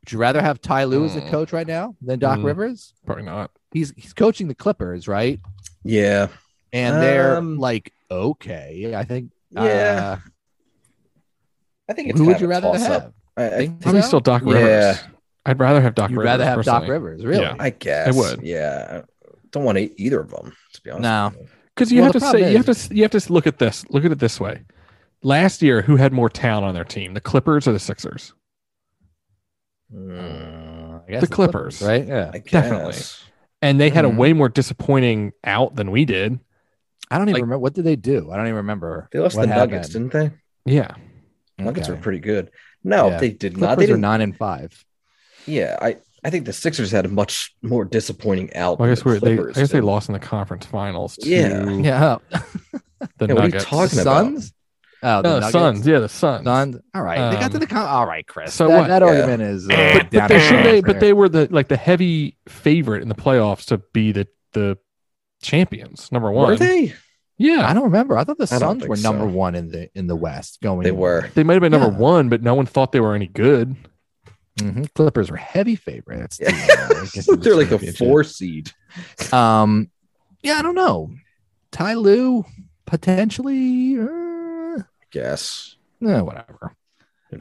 B: Would you rather have Ty Lue as the
E: Hmm.
B: coach right now than Doc
D: Hmm.
B: Rivers?
D: Probably not.
B: He's he's coaching the Clippers, right?
C: Yeah.
B: And they're
C: Um,
B: like, okay, I think.
C: Yeah.
B: uh,
C: I think it's
B: who
C: kind
B: would
C: of
B: you
C: a
B: rather
C: toss-up.
B: have?
C: I, I,
B: Think-
D: Probably
B: so?
D: still Doc
C: Yeah.
D: Rivers. I'd rather have Doc
B: You'd
D: Rivers.
B: rather have Doc
D: personally.
B: Rivers, really?
D: Yeah.
C: I guess.
D: would.
C: Yeah. I don't want to either of them, to be honest.
B: No.
C: with you.
D: Because you
B: Well,
D: have
B: the
D: to say
B: problem
D: you have to s- you have to s- look at this. Look at it this way. Last year, who had more talent on their team, the Clippers or the Sixers?
B: Uh, I guess
D: The Clippers.
B: right? Yeah.
C: Hmm, I
D: Definitely.
C: guess.
D: And they had
B: Mhm.
D: a way more disappointing out than we did.
B: I don't even
D: Like-
B: remember. What did they do? I don't even remember.
C: They lost
B: what
C: the Nuggets,
B: happened.
C: didn't they?
D: Yeah,
C: Nuggets
B: Okay.
C: were pretty good. No,
B: Yeah.
C: they did not. They
B: Clippers are
C: didn't.
B: nine and five.
C: Yeah, I, I think the Sixers had a much more disappointing out.
D: well, I
C: than
D: guess we're,
C: the
D: they I
C: Clippers
D: guess they
C: did.
D: lost in the conference finals to
C: Yeah.
B: Yeah.
D: the
C: Yeah, what are you
D: Nuggets.
B: The
C: talking- about?
B: Suns? Oh,
D: No,
B: the
D: the
B: Nuggets?
D: Suns. Yeah, the Suns.
B: Suns. All right. they got to
D: Um,
B: the con- All right, Chris.
D: so
B: that,
D: what?
B: that
C: Yeah.
B: argument is. Uh,
D: but,
B: down
D: but they
B: in
D: should
B: the
D: they,
B: dumps
D: but
B: there.
D: they were the like the heavy favorite in the playoffs to be the the champions. Number one.
C: Were they?
D: Yeah,
B: I don't remember. I thought the
C: don't
B: Suns
C: think
B: were number
C: so.
B: one in the in the West going.
C: They were.
D: they might have been number
B: Yeah.
D: one, but no one thought they were any good.
B: Mhm. Clippers were heavy favorites.
C: Yeah.
B: to, uh, get to the
C: They're like a
B: championship.
C: four seed.
B: Um, yeah, I don't know. Ty Lue potentially. Uh,
C: I guess.
B: eh, whatever.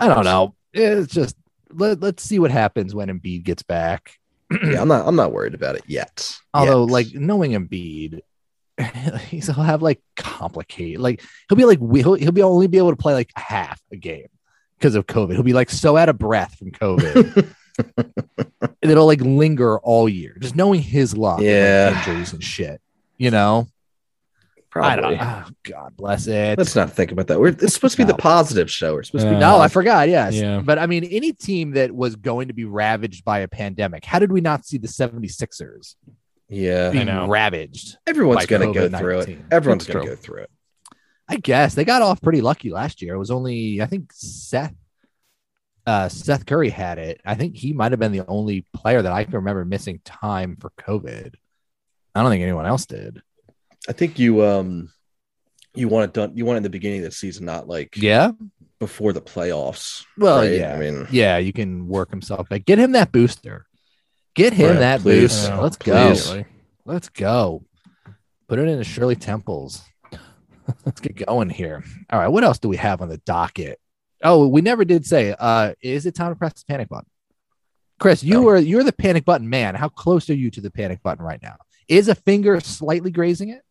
B: I don't know. It's just let, let's see what happens when Embiid gets back.
C: Yeah, I'm not. I'm not worried about it yet.
B: Although,
C: Yet.
B: like knowing Embiid, he's- he'll have like complicated. Like he'll be like we- he'll he'll be only be able to play like half a game because of COVID. He'll be like so out of breath from COVID. that it'll like linger all year. Just knowing his luck, and, like,
C: Yeah.
B: injuries and shit. You know,
C: probably.
B: I don't. Oh, God bless it.
C: Let's not think about that. We're, it's supposed to be
B: No.
C: the positive show. We're supposed to be
D: Uh,
B: no, I forgot. Yes.
D: yeah.
B: But I mean, any team that was going to be ravaged by a pandemic, how did we not see the 76ers
C: Yeah,
B: being
D: know.
B: ravaged?
C: everyone's
B: by
C: going to go
B: COVID-19.
C: through it. Everyone's
D: That's
C: going to
D: true.
C: go through it.
B: I guess they got off pretty lucky last year. It was only I think Seth uh Seth Curry had it. I think he might have been the only player that I can remember missing time for COVID. I don't think anyone else did.
C: I think you um, you want it done. You want it in the beginning of the season, not like
B: Yeah.
C: before the playoffs.
B: Well,
C: right?
B: yeah.
C: I mean,
B: Yeah, you can work himself back. Get him that booster. Get him
C: Right,
B: that
C: please.
B: booster.
D: Yeah,
B: Let's go.
D: Immediately.
B: Let's go. Put it in the Shirley Temples. Let's get going here. All right. What else do we have on the docket? Oh, we never did say. Uh, is it time to press the panic button? Chris, you
C: No.
B: were you're the panic button man. How close are you to the panic button right now? Is a finger slightly grazing it?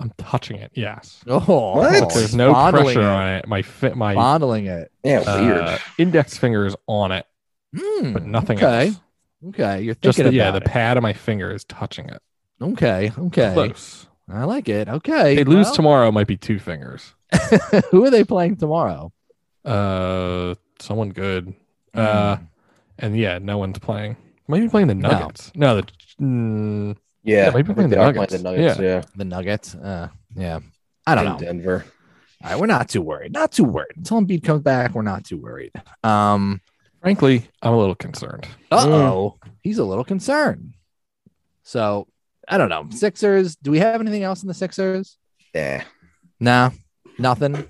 D: I'm touching it. Yes.
B: Oh,
C: What?
B: he's
C: But
D: There's no
B: fondling
D: pressure
B: it,
D: on it. My fi- my
B: Fondling it.
C: yeah, weird.
D: uh, index finger is on it,
B: Hmm,
D: but nothing
B: Okay.
D: else.
B: Okay. You're
D: Just
B: thinking
D: the, yeah, the
B: about
D: pad of my finger is touching it.
B: it. Okay. Okay.
D: Close.
B: I like it. Okay.
D: They lose
B: well,
D: tomorrow. Might be two fingers.
B: who are they playing tomorrow?
D: Uh, someone good. Uh, and yeah, no one's playing. Might be playing the
B: Hmm. No.
D: Nuggets. No, the mm,
C: yeah,
D: yeah, maybe
C: I think
D: playing
C: they
D: the
C: are playing
D: Nuggets.
C: the Nuggets. Yeah,
B: the Nuggets. Uh, yeah, I don't
C: in
B: know.
C: Denver.
B: All right, we're not too worried. Not too worried until Embiid comes back. We're not too worried. Um,
D: frankly, I'm a little concerned.
B: uh oh, he's a little concerned. So I don't know. Sixers. Do we have anything else in the Sixers?
C: Yeah,
B: Nah, nothing. All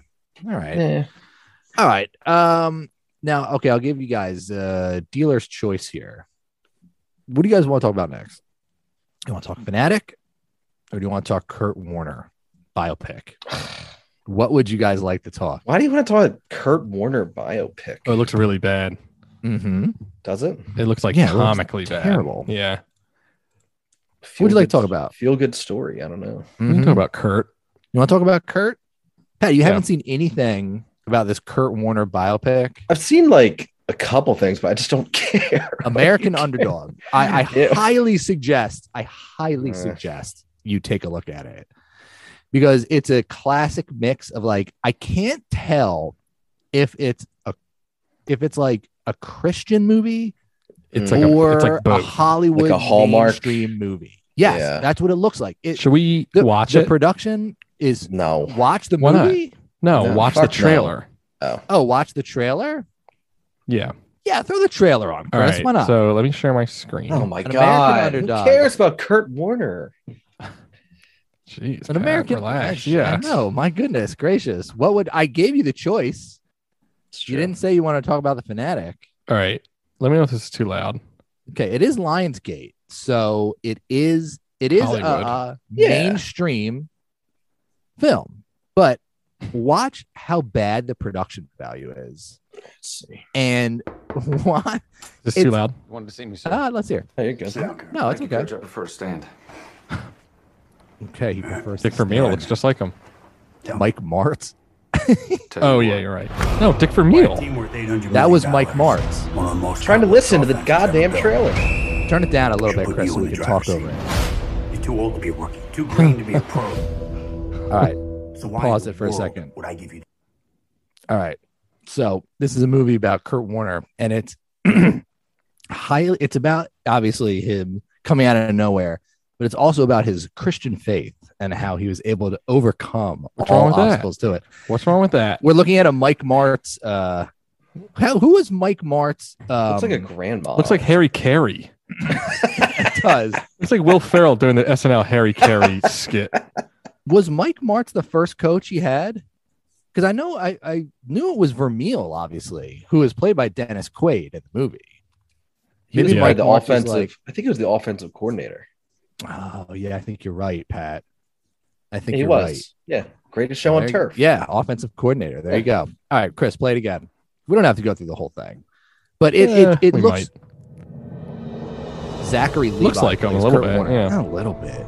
B: right.
C: yeah.
B: All right. Um now okay, I'll give you guys uh dealer's choice here. What do you guys want to talk about next? You want to talk Fanatic or do you want to talk Kurt Warner biopic? What would you guys like to talk?
C: Why do you want to talk about Kurt Warner biopic?
D: Oh, it looks really bad.
B: Mm-hmm.
C: Does it?
D: It looks like
B: Yeah, it looks
D: comically bad.
B: terrible. Mm-hmm.
D: Yeah.
B: What would you like
C: Feel-good-
B: to talk about?
C: Feel good story. I don't know.
D: We can talk about Kurt.
B: You want to talk about Kurt? Pat, you
D: Yeah.
B: haven't seen anything about this Kurt Warner biopic.
C: I've seen like a couple things, but I just don't care.
B: American Underdog. I, I
C: Yeah.
B: highly suggest, I highly
C: Uh.
B: suggest you take a look at it because it's a classic mix of like, I can't tell if it's a if it's like a Christian movie
D: It's
C: Mm.
D: like
B: or
D: a,
B: a,
D: it's like both.
B: Hollywood
C: Like a Hallmark?
B: mainstream movie. Yes,
C: Yeah.
B: that's what it looks like. It
D: Should we
B: the,
D: watch
B: the
D: it?
B: production is
C: no.
B: watch the
D: Why not?
B: movie.
D: no,
C: No,
D: watch the
C: fuck no.
D: trailer.
B: Oh, watch the trailer.
D: Yeah.
B: Yeah, throw the trailer on,
D: All
B: Chris.
D: right,
B: Why not?
D: So let me share my screen.
C: Oh my
B: An American
C: god! Who
B: underdog.
C: cares about Kurt Warner?
D: Jeez,
B: An
D: Pat,
B: American.
D: Relax.
B: I-
D: Yeah.
B: I know. My goodness gracious. What would I gave you the choice? You didn't say you want to talk about the fanatic.
D: All right. Let me know if this is too loud.
B: Okay, it is Lionsgate, so it is it is a,
D: Hollywood.
B: a
C: Yeah.
B: mainstream film, but watch how bad the production value is,
C: Let's see.
B: and what?
D: Is this too
B: It's-
D: loud?
E: Wanted to see me, sir.
B: Ah, let's hear.
C: There you go.
B: No, it's okay.
F: I prefer stand.
B: Okay, he prefers
D: Dick Vermeil looks just like him.
B: Mike Martz.
F: Tell
D: Oh
F: you
D: yeah,
F: what.
D: you're right. No, Dick Vermeil.
G: Team worth 800
B: That was
G: million
B: Mike
G: dollars.
B: Martz.
G: One of the most
C: Trying to
G: complex
C: listen to the
G: offenses ever
C: goddamn
G: built.
C: trailer.
B: Turn it down a little
G: It
B: bit,
G: put
B: Chris,
G: you
B: so
G: in
B: we
G: the
B: can talk
G: driver's
B: over it.
G: You're too old to be a rookie, too green to be a pro.
B: All right,
G: So why
B: Pause
G: in
B: it
G: the
B: for a
G: world
B: second.
G: Would I give you
B: all right. So this is a movie about Kurt Warner, and it's highly. It's about obviously him coming out of nowhere, but it's also about his Christian faith and how he was able to overcome
D: What's wrong
B: all
D: with that?
B: obstacles to it.
D: What's wrong with that?
B: We're looking at a Mike Martz. Uh, how, who is Mike Martz? Um,
C: Looks like a grandma.
D: Looks like Harry Carey.
B: does
D: It's like Will Ferrell doing the SNL Harry Carey skit.
B: was Mike Martz the first coach he had? Because I know I, I knew it was Vermeil, obviously, who was played by Dennis Quaid in the movie.
C: he was
D: maybe
C: probably the
B: Mike Martz is
C: offensive.
B: like-
C: I think he was the offensive coordinator.
B: Oh yeah, I think you're right, Pat. I think
C: he
B: you're
C: was.
B: right.
C: Yeah, greatest show on
B: There you-
C: turf.
B: Yeah, offensive coordinator. There you go. All right, Chris, play it again. We don't have to go through the whole thing, but it
D: Eh,
B: it, it
D: we
B: looks Zachary
D: Looks
B: Levi
D: like him a
B: plays
D: little
B: Kurt
D: bit,
B: Warner.
D: yeah.
B: Not a little bit.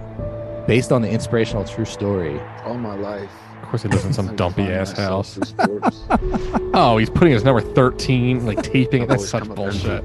B: Based on the inspirational true story.
H: All my life.
D: Of course, he lives in some
H: I
D: dumpy
H: find
D: ass
H: myself
D: house.
H: through sports.
D: Oh, he's putting his number thirteen, like taping it. That's
H: Always
D: such
H: come up
D: bullshit.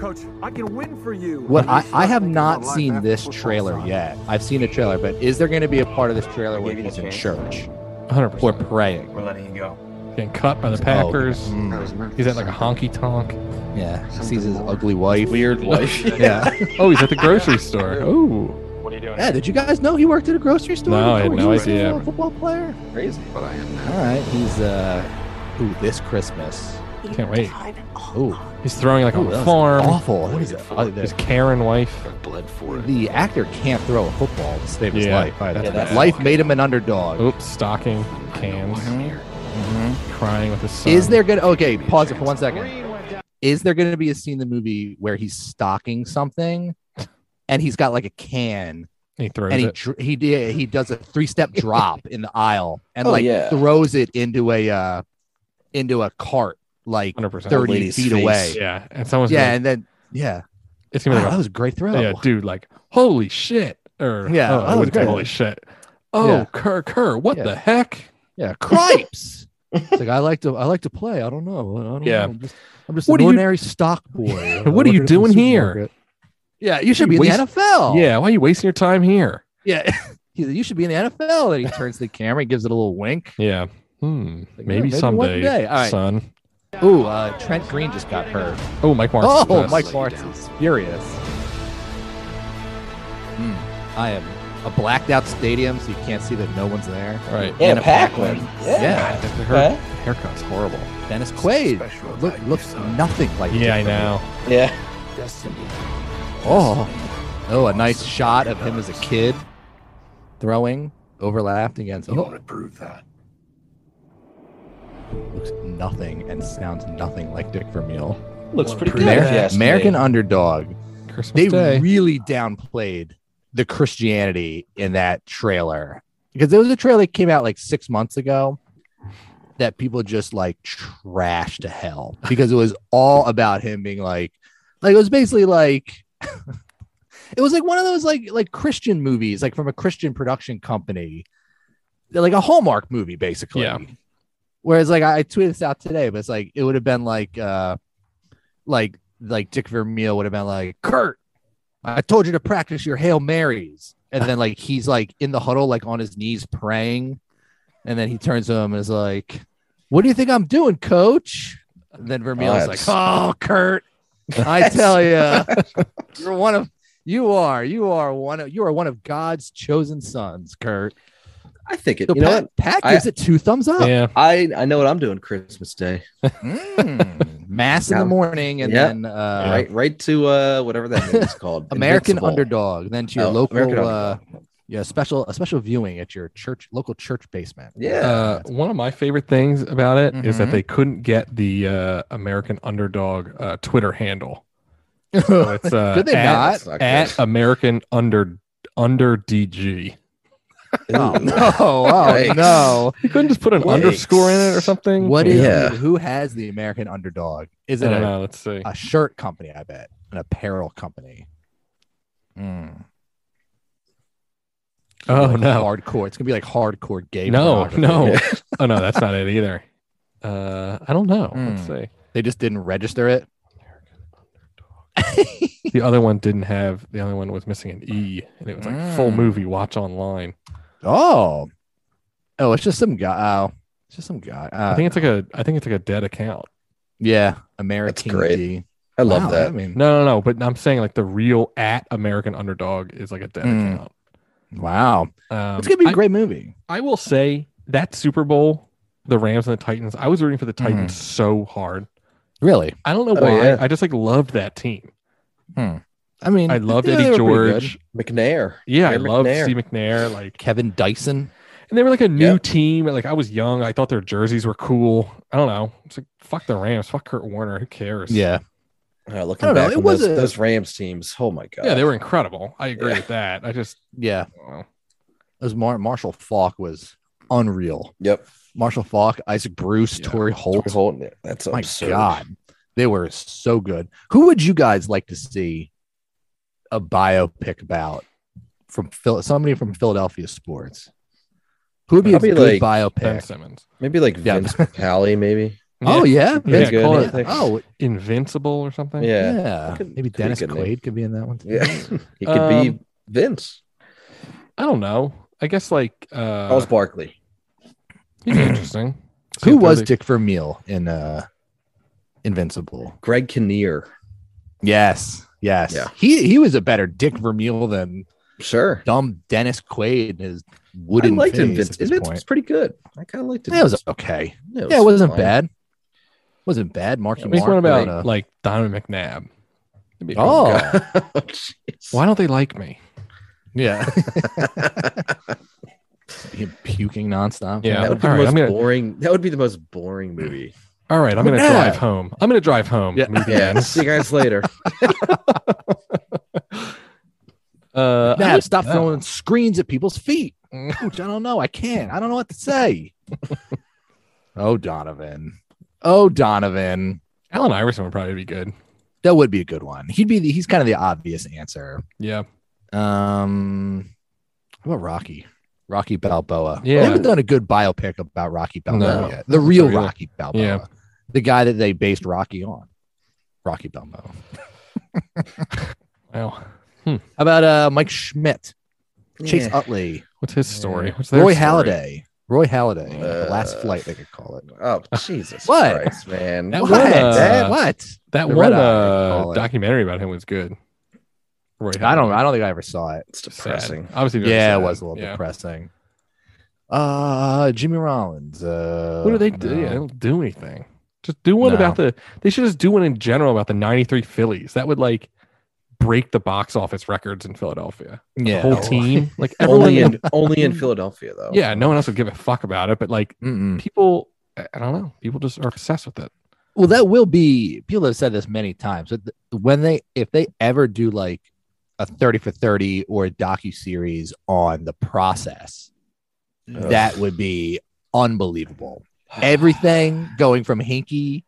I: Coach, I can win for you.
B: What I, I have not
F: life
B: seen
F: after
B: this
F: football,
B: trailer
F: son.
B: yet. I've seen a trailer, but is there going to be a part of this trailer where
F: Gave you
B: he's
F: the
B: in
F: chance.
B: church
D: Hundred
B: or
D: percent.
B: praying? Mm.
F: We're letting you go.
D: Getting cut by the Packers.
F: I was meant
D: He's
F: for
D: at like a
F: something.
D: honky tonk.
B: Yeah,
F: Something
B: sees his
F: more.
B: ugly wife.
C: Weird life.
B: Yeah.
D: Oh, he's at the grocery store. Oh,
E: What are you doing?
B: yeah. Did you guys know he worked at a grocery store?
D: No, I had
B: before
D: no
B: he was a
D: idea.
B: professional football player.
C: Crazy.
F: But I am
B: All right, he's uh, ooh, this Christmas.
D: can't wait.
B: Ooh,
D: He's throwing like
B: ooh,
D: on
B: that
D: a
B: was
D: farm.
B: awful. That was- uh,
D: His
B: the,
D: Karen wife.
F: I've bled for it.
B: the actor can't throw a football to save his
D: Yeah,
B: life. either.
D: that's
C: bad.
B: life made him an underdog. Hmm? Mm-hmm.
D: Oops, stocking cans. Crying with his son.
B: Is there gonna okay? Pause it for one second. Is there gonna be a scene in the movie where he's stocking something, and he's got like a can,
D: He throws
B: and he
D: it.
B: dr- he did he does a three step drop in the aisle, and
C: Oh,
B: like
C: yeah.
B: throws it into a uh into a cart like
D: Hundred percent.
C: Old
B: thirty
C: lady's
B: feet
C: face.
B: away. Yeah,
D: Yeah, and someone's yeah.
B: and then yeah,
D: it's gonna be
B: Wow,
D: like,
B: that was a great throw.
D: a, yeah, dude, like, holy shit, or
B: Yeah,
D: oh,
B: that
D: I
B: was
D: wouldn't say
B: great.
D: holy shit. Oh,
B: Yeah.
D: Kerr, Kerr, what
B: Yeah.
D: the heck?
B: Yeah, cripes. It's like I like to, I like to play. I don't know. I don't
D: Yeah.
B: know. I'm just, I'm just
D: What
B: an
D: are you-
B: ordinary stock boy.
D: What are
B: working
D: you
B: at the
D: doing here?
B: supermarket. Yeah, you should be in
D: Waste-
B: the NFL.
D: Yeah, why are you wasting your time here?
B: yeah. He's like, you should be in the NFL. And he turns to the camera, and gives it a little wink.
D: Yeah, hmm,
B: Like, yeah,
D: maybe
B: maybe one
D: someday,
B: day. All right.
D: son.
B: Ooh, uh, Trent Green just got hurt.
D: Oh, Mike Marks.
B: Oh,
D: is the best.
B: Mike Martz is furious. Hmm. I am a blacked out stadium, so you can't see that no one's there.
D: All right,
C: Yeah,
B: And a pack
C: Paquin.
B: one.
F: Eh,
C: Yeah.
B: Yeah.
C: Huh?
D: her haircut's horrible.
B: Dennis Quaid
F: Special
B: look,
F: about you,
B: looks
F: son.
B: nothing like.
D: Yeah, I
B: Dick Van
D: know.
C: Yeah.
F: Destiny.
B: Oh, oh, a nice shot of him as a kid throwing, overlapped against.
F: You want
B: Oh,
F: to prove that?
B: looks nothing and sounds nothing like Dick Vermeil.
C: Looks pretty good.
B: Amer-
C: if you ask me.
B: American underdog.
D: Christmas
B: They
D: Day.
B: really downplayed the Christianity in that trailer because there was a trailer that came out like six months ago that people just like trashed to hell because it was all about him being like, like it was basically like it was like one of those like like Christian movies, like from a Christian production company, They're like a Hallmark movie, basically.
D: Yeah.
B: Whereas like I, I tweeted this out today, but it's like it would have been like uh like like Dick Vermeil would have been like, Kurt, I told you to practice your Hail Marys. And then like he's like in the huddle, like on his knees praying. And then he turns to him and is like, What do you think I'm doing, coach? And then Vermeil's like,
C: That's-
B: Oh, Kurt, I tell you, you're one of you are you are one of you are one of God's chosen sons, Kurt.
C: I think it.
B: So
C: you know
B: Pat,
C: what?
B: Pat
C: I-
B: gives it two thumbs up.
D: Yeah.
C: I I know what I'm doing Christmas Day.
B: Mm, mass in the
C: Yeah.
B: morning and
C: Yeah.
B: then uh,
C: Right, right to uh whatever that movie's called.
B: American
C: Invincible.
B: Underdog, then to your
C: Oh, American
B: local uh,
C: Underdog.
B: yeah special a special viewing at your church local church basement.
C: Yeah.
D: Uh, one of my favorite things about it is that
B: Mhm.
D: they couldn't get the uh, American Underdog uh, Twitter handle.
B: Oh,
D: So it's, uh,
B: Could they
D: at,
B: not?
C: That's not
D: at
C: good.
D: American Under Under DG.
B: Oh
C: Ooh.
B: no! Oh
C: Yikes.
B: no!
D: You couldn't just put an
C: Yikes.
D: underscore in it or something.
B: What is
C: Yeah.
B: who has the American Underdog? Is
D: I
B: it
D: don't
B: a,
D: know. Let's see.
B: a shirt company? I bet an apparel company. Mm.
D: Oh,
B: Like
D: no.
B: Hardcore! It's gonna be like hardcore gay.
D: No,
B: pornography.
D: no. oh no, that's not it either. Uh, I don't know. Let's
B: Hmm.
D: see.
B: They just didn't register it.
D: The other one didn't have. The other one was missing an E, and it was like full
B: Mm.
D: movie watch online.
B: Oh, oh, it's just some guy. Oh, it's just some guy. Uh,
D: I think it's like a. I think it's like a dead account.
B: yeah, American
C: great.
B: D.
C: I love
B: Wow, I
C: that.
B: mean,
D: No, no, no. But I'm saying like the real at American Underdog is like a dead
B: Mm.
D: account.
B: wow,
D: Um,
B: it's gonna be a
D: I-
B: great movie.
D: I will say that Super Bowl, the Rams and the Titans. I was rooting for the
B: Mm-hmm.
D: Titans so hard.
B: Really,
D: I don't know
C: Oh,
D: why.
C: yeah.
D: I just like loved that team.
B: I mean,
D: I loved
B: they- they
D: Eddie
B: were pretty good.
D: George.
C: McNair.
D: Yeah, I
C: Jerry
D: loved
C: McNair.
D: Steve McNair. Like
B: Kevin Dyson.
D: And they were like a new
C: Yeah.
D: team. Like I was young. I thought their jerseys were cool. I don't know. It's like fuck the Rams. Fuck Kurt Warner. Who cares?
B: Yeah,
C: Uh,
B: I
C: looking
B: don't know,
C: back,
B: it
C: on
B: was
C: those,
B: a-
C: those Rams teams. Oh my god.
D: Yeah, they were incredible. I agree
C: Yeah.
D: with that. I just
B: yeah. It was Mar- Marshall Falk was unreal.
C: Yep.
B: Marshall Falk, Isaac Bruce,
D: Yeah.
B: Torrey Holt.
C: We're holding it. That's
B: Oh My
C: absurd.
B: God, they were so good. Who would you guys like to see a biopic about from Phil- somebody from Philadelphia sports? Who would be a
C: Probably
B: good
C: like
D: Ben
B: biopic?
D: Simmons.
C: Maybe like
B: Yeah.
C: Vince McCauley, maybe.
B: Oh yeah,
D: Yeah,
B: Vince
C: good,
D: call
B: Quaid.
D: it
C: yeah.
B: Oh
D: Invincible or something.
C: Yeah.
B: yeah,
C: Could-
B: maybe
C: could be a
B: Dennis
C: good name.
B: Quaid could be in that one. too.
C: Yeah. he could be
D: Um,
C: Vince.
D: I don't know. I guess like uh
C: Charles Barkley.
D: he'd be interesting. See
B: Who
D: if
B: was
D: there's a-
B: Dick Vermeil in uh, Invincible?
C: Greg Kinnear.
B: Yes, yes.
C: Yeah.
B: He he was a better Dick Vermeil than
C: Sure.
B: dumb Dennis Quaid and his
C: I
B: wooden
C: liked
B: face
C: Vince.
B: at this
C: Vince was
B: point.
C: pretty good. I kind of liked it.
B: Yeah, it was okay.
C: Yeah,
B: yeah, it wasn't
C: fine.
B: bad. Wasn't bad. Marky
D: I mean, he's
B: Mark.
D: one about
B: but, uh,
D: like Donovan McNabb. That'd be cool.
B: oh,
C: Jeez.
D: Why don't they like me?
B: yeah. Him puking nonstop.
D: Yeah.
C: That would be
D: All
C: the
D: right,
C: most
D: I'm gonna-
C: boring. That would be the most boring movie.
D: All right, I'm gonna
B: McNabb.
D: drive home. I'm gonna drive home.
B: Yeah.
D: Movie
C: Yeah.
D: ends.
C: See you guys later.
D: Uh, I
B: Nah,
D: would-
B: stop
D: no.
B: throwing screens at people's feet. Coach, I don't know. I can't. I don't know what to say. oh, Donovan. Oh, Donovan.
D: Alan Iverson would probably be good.
B: That would be a good one. He'd be the, he's kind of the obvious answer.
D: Yeah.
B: Um, how about Rocky? Rocky Balboa.
D: Yeah.
B: They haven't done a good biopic about Rocky Balboa
D: No.
B: yet. The real
D: Sorry.
B: Rocky Balboa.
D: Yeah.
B: The guy that they based Rocky on. Rocky Balboa.
D: Wow.
B: How about uh, Mike Schmidt? Chase
C: Yeah.
B: Utley.
D: What's his story?
C: Yeah.
D: What's their
B: Roy
D: story?
B: Halliday. Roy Halliday. the last
C: Uh,
B: flight, they could call it.
C: Oh Jesus
B: What?
C: Christ, man!
D: That
B: what?
D: one, uh,
B: Dad, what? The
D: That one
B: Red Eye, they call
D: uh,
B: it.
D: documentary about him was good. Roy
B: I don't. I
D: Halliday.
B: don't think I ever saw it.
C: It's
D: Sad.
C: depressing.
D: Obviously, very
B: yeah,
D: sad.
B: it was a little
D: Yeah.
B: depressing. Uh, Jimmy Rollins. Uh,
D: What do
C: Oh,
D: they do?
B: no.
D: Yeah, they don't do anything. Just do one about the. They should just do one in general about the '93 Phillies. That would like break the box office records in Philadelphia.
B: Yeah,
D: Whole team, like everyone.
C: Oh. Only in only in Philadelphia though.
D: yeah, no one else would give a fuck about it. But like
B: Mm-mm.
C: Hmm.
D: people, I I don't know. People just are obsessed with it.
B: Well, that will be. People have said this many times. but th- When they, if they ever do like a thirty for thirty or a docu series on the process,
C: Ugh.
B: that would be unbelievable. Everything going from Hinky,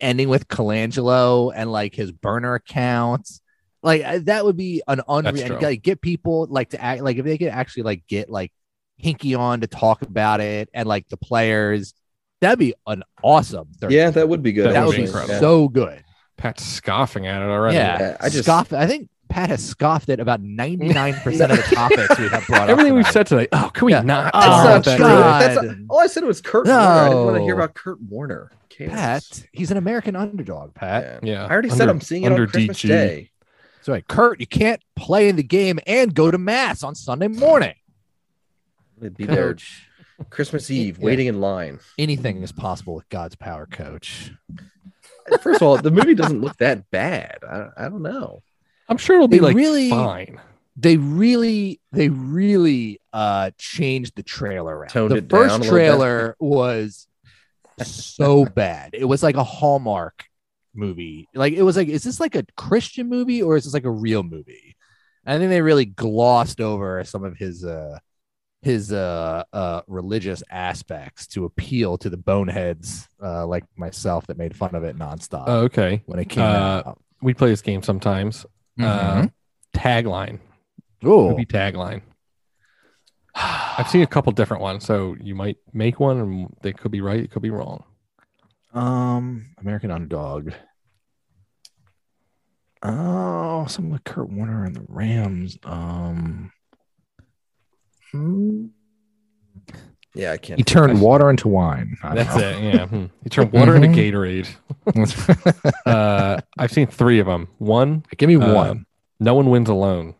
B: ending with Colangelo and like his burner accounts, like I- that would be an
D: That's
B: unreal.
D: true.
B: Like get people like to act like if they could actually like get like Hinky on to talk about it and like the players, that'd be an awesome. 30
C: yeah, that would be good.
D: That
B: that would be
D: be
C: actually.
D: incredible.
B: so good.
D: Pat's scoffing at it already.
B: Yeah,
C: Yeah,
B: I
C: I just-
B: just scoffed. I think Pat has scoffed at about ninety nine percent of the topics we have brought up.
D: Everything we've
B: tonight.
D: said today. Oh, can we
B: Yeah.
D: not?
B: Oh,
C: That's
D: talk
C: not
D: about
B: God.
C: true.
D: that?
C: That's oh, not- all I said was Kurt Warner. I didn't want to hear
B: No.
C: about Kurt Warner. Who cares?
B: Pat, he's an American underdog. Pat,
C: Yeah.
D: Yeah,
C: I already said
D: Under-
C: I'm seeing it on
D: under
C: Christmas
D: DG.
C: Day.
B: sorry, Kurt, you can't play in the game and go to mass on Sunday morning.
C: They'd be there
B: coach.
C: Christmas Eve,
B: Yeah.
C: waiting in line.
B: Anything is possible with God's power, coach.
C: First of all, the movie doesn't look that bad. I, I don't know.
D: I'm sure it'll be
B: They
D: like
B: really-
D: fine.
B: They really, they really uh changed the trailer around.
C: Toned
B: the
C: it down a
B: first
C: little bit.
B: trailer was so bad. It was like a Hallmark movie. Like it was like, is this like a Christian movie or is this like a real movie? I think they really glossed over some of his uh his uh, uh religious aspects to appeal to the boneheads uh like myself that made fun of it nonstop
D: Oh, okay,
B: when it came
D: uh,
B: out.
D: we play this game sometimes. Uh,
C: Mm-hmm.
D: tagline,
B: oh,
D: movie tagline. I've seen a couple different ones, so you might make one, and they could be right, it could be wrong.
B: Um, American Underdog. Oh, something with Kurt Warner and the Rams. Um, hmm.
C: Yeah, I can't.
B: he turned water into wine. I don't
D: That's it. Yeah, hmm. you turn water into
B: Mhm.
D: Gatorade.
B: know.
D: Uh, I've seen three of them. One,
B: Give me
D: Uh,
B: one.
D: no one wins alone.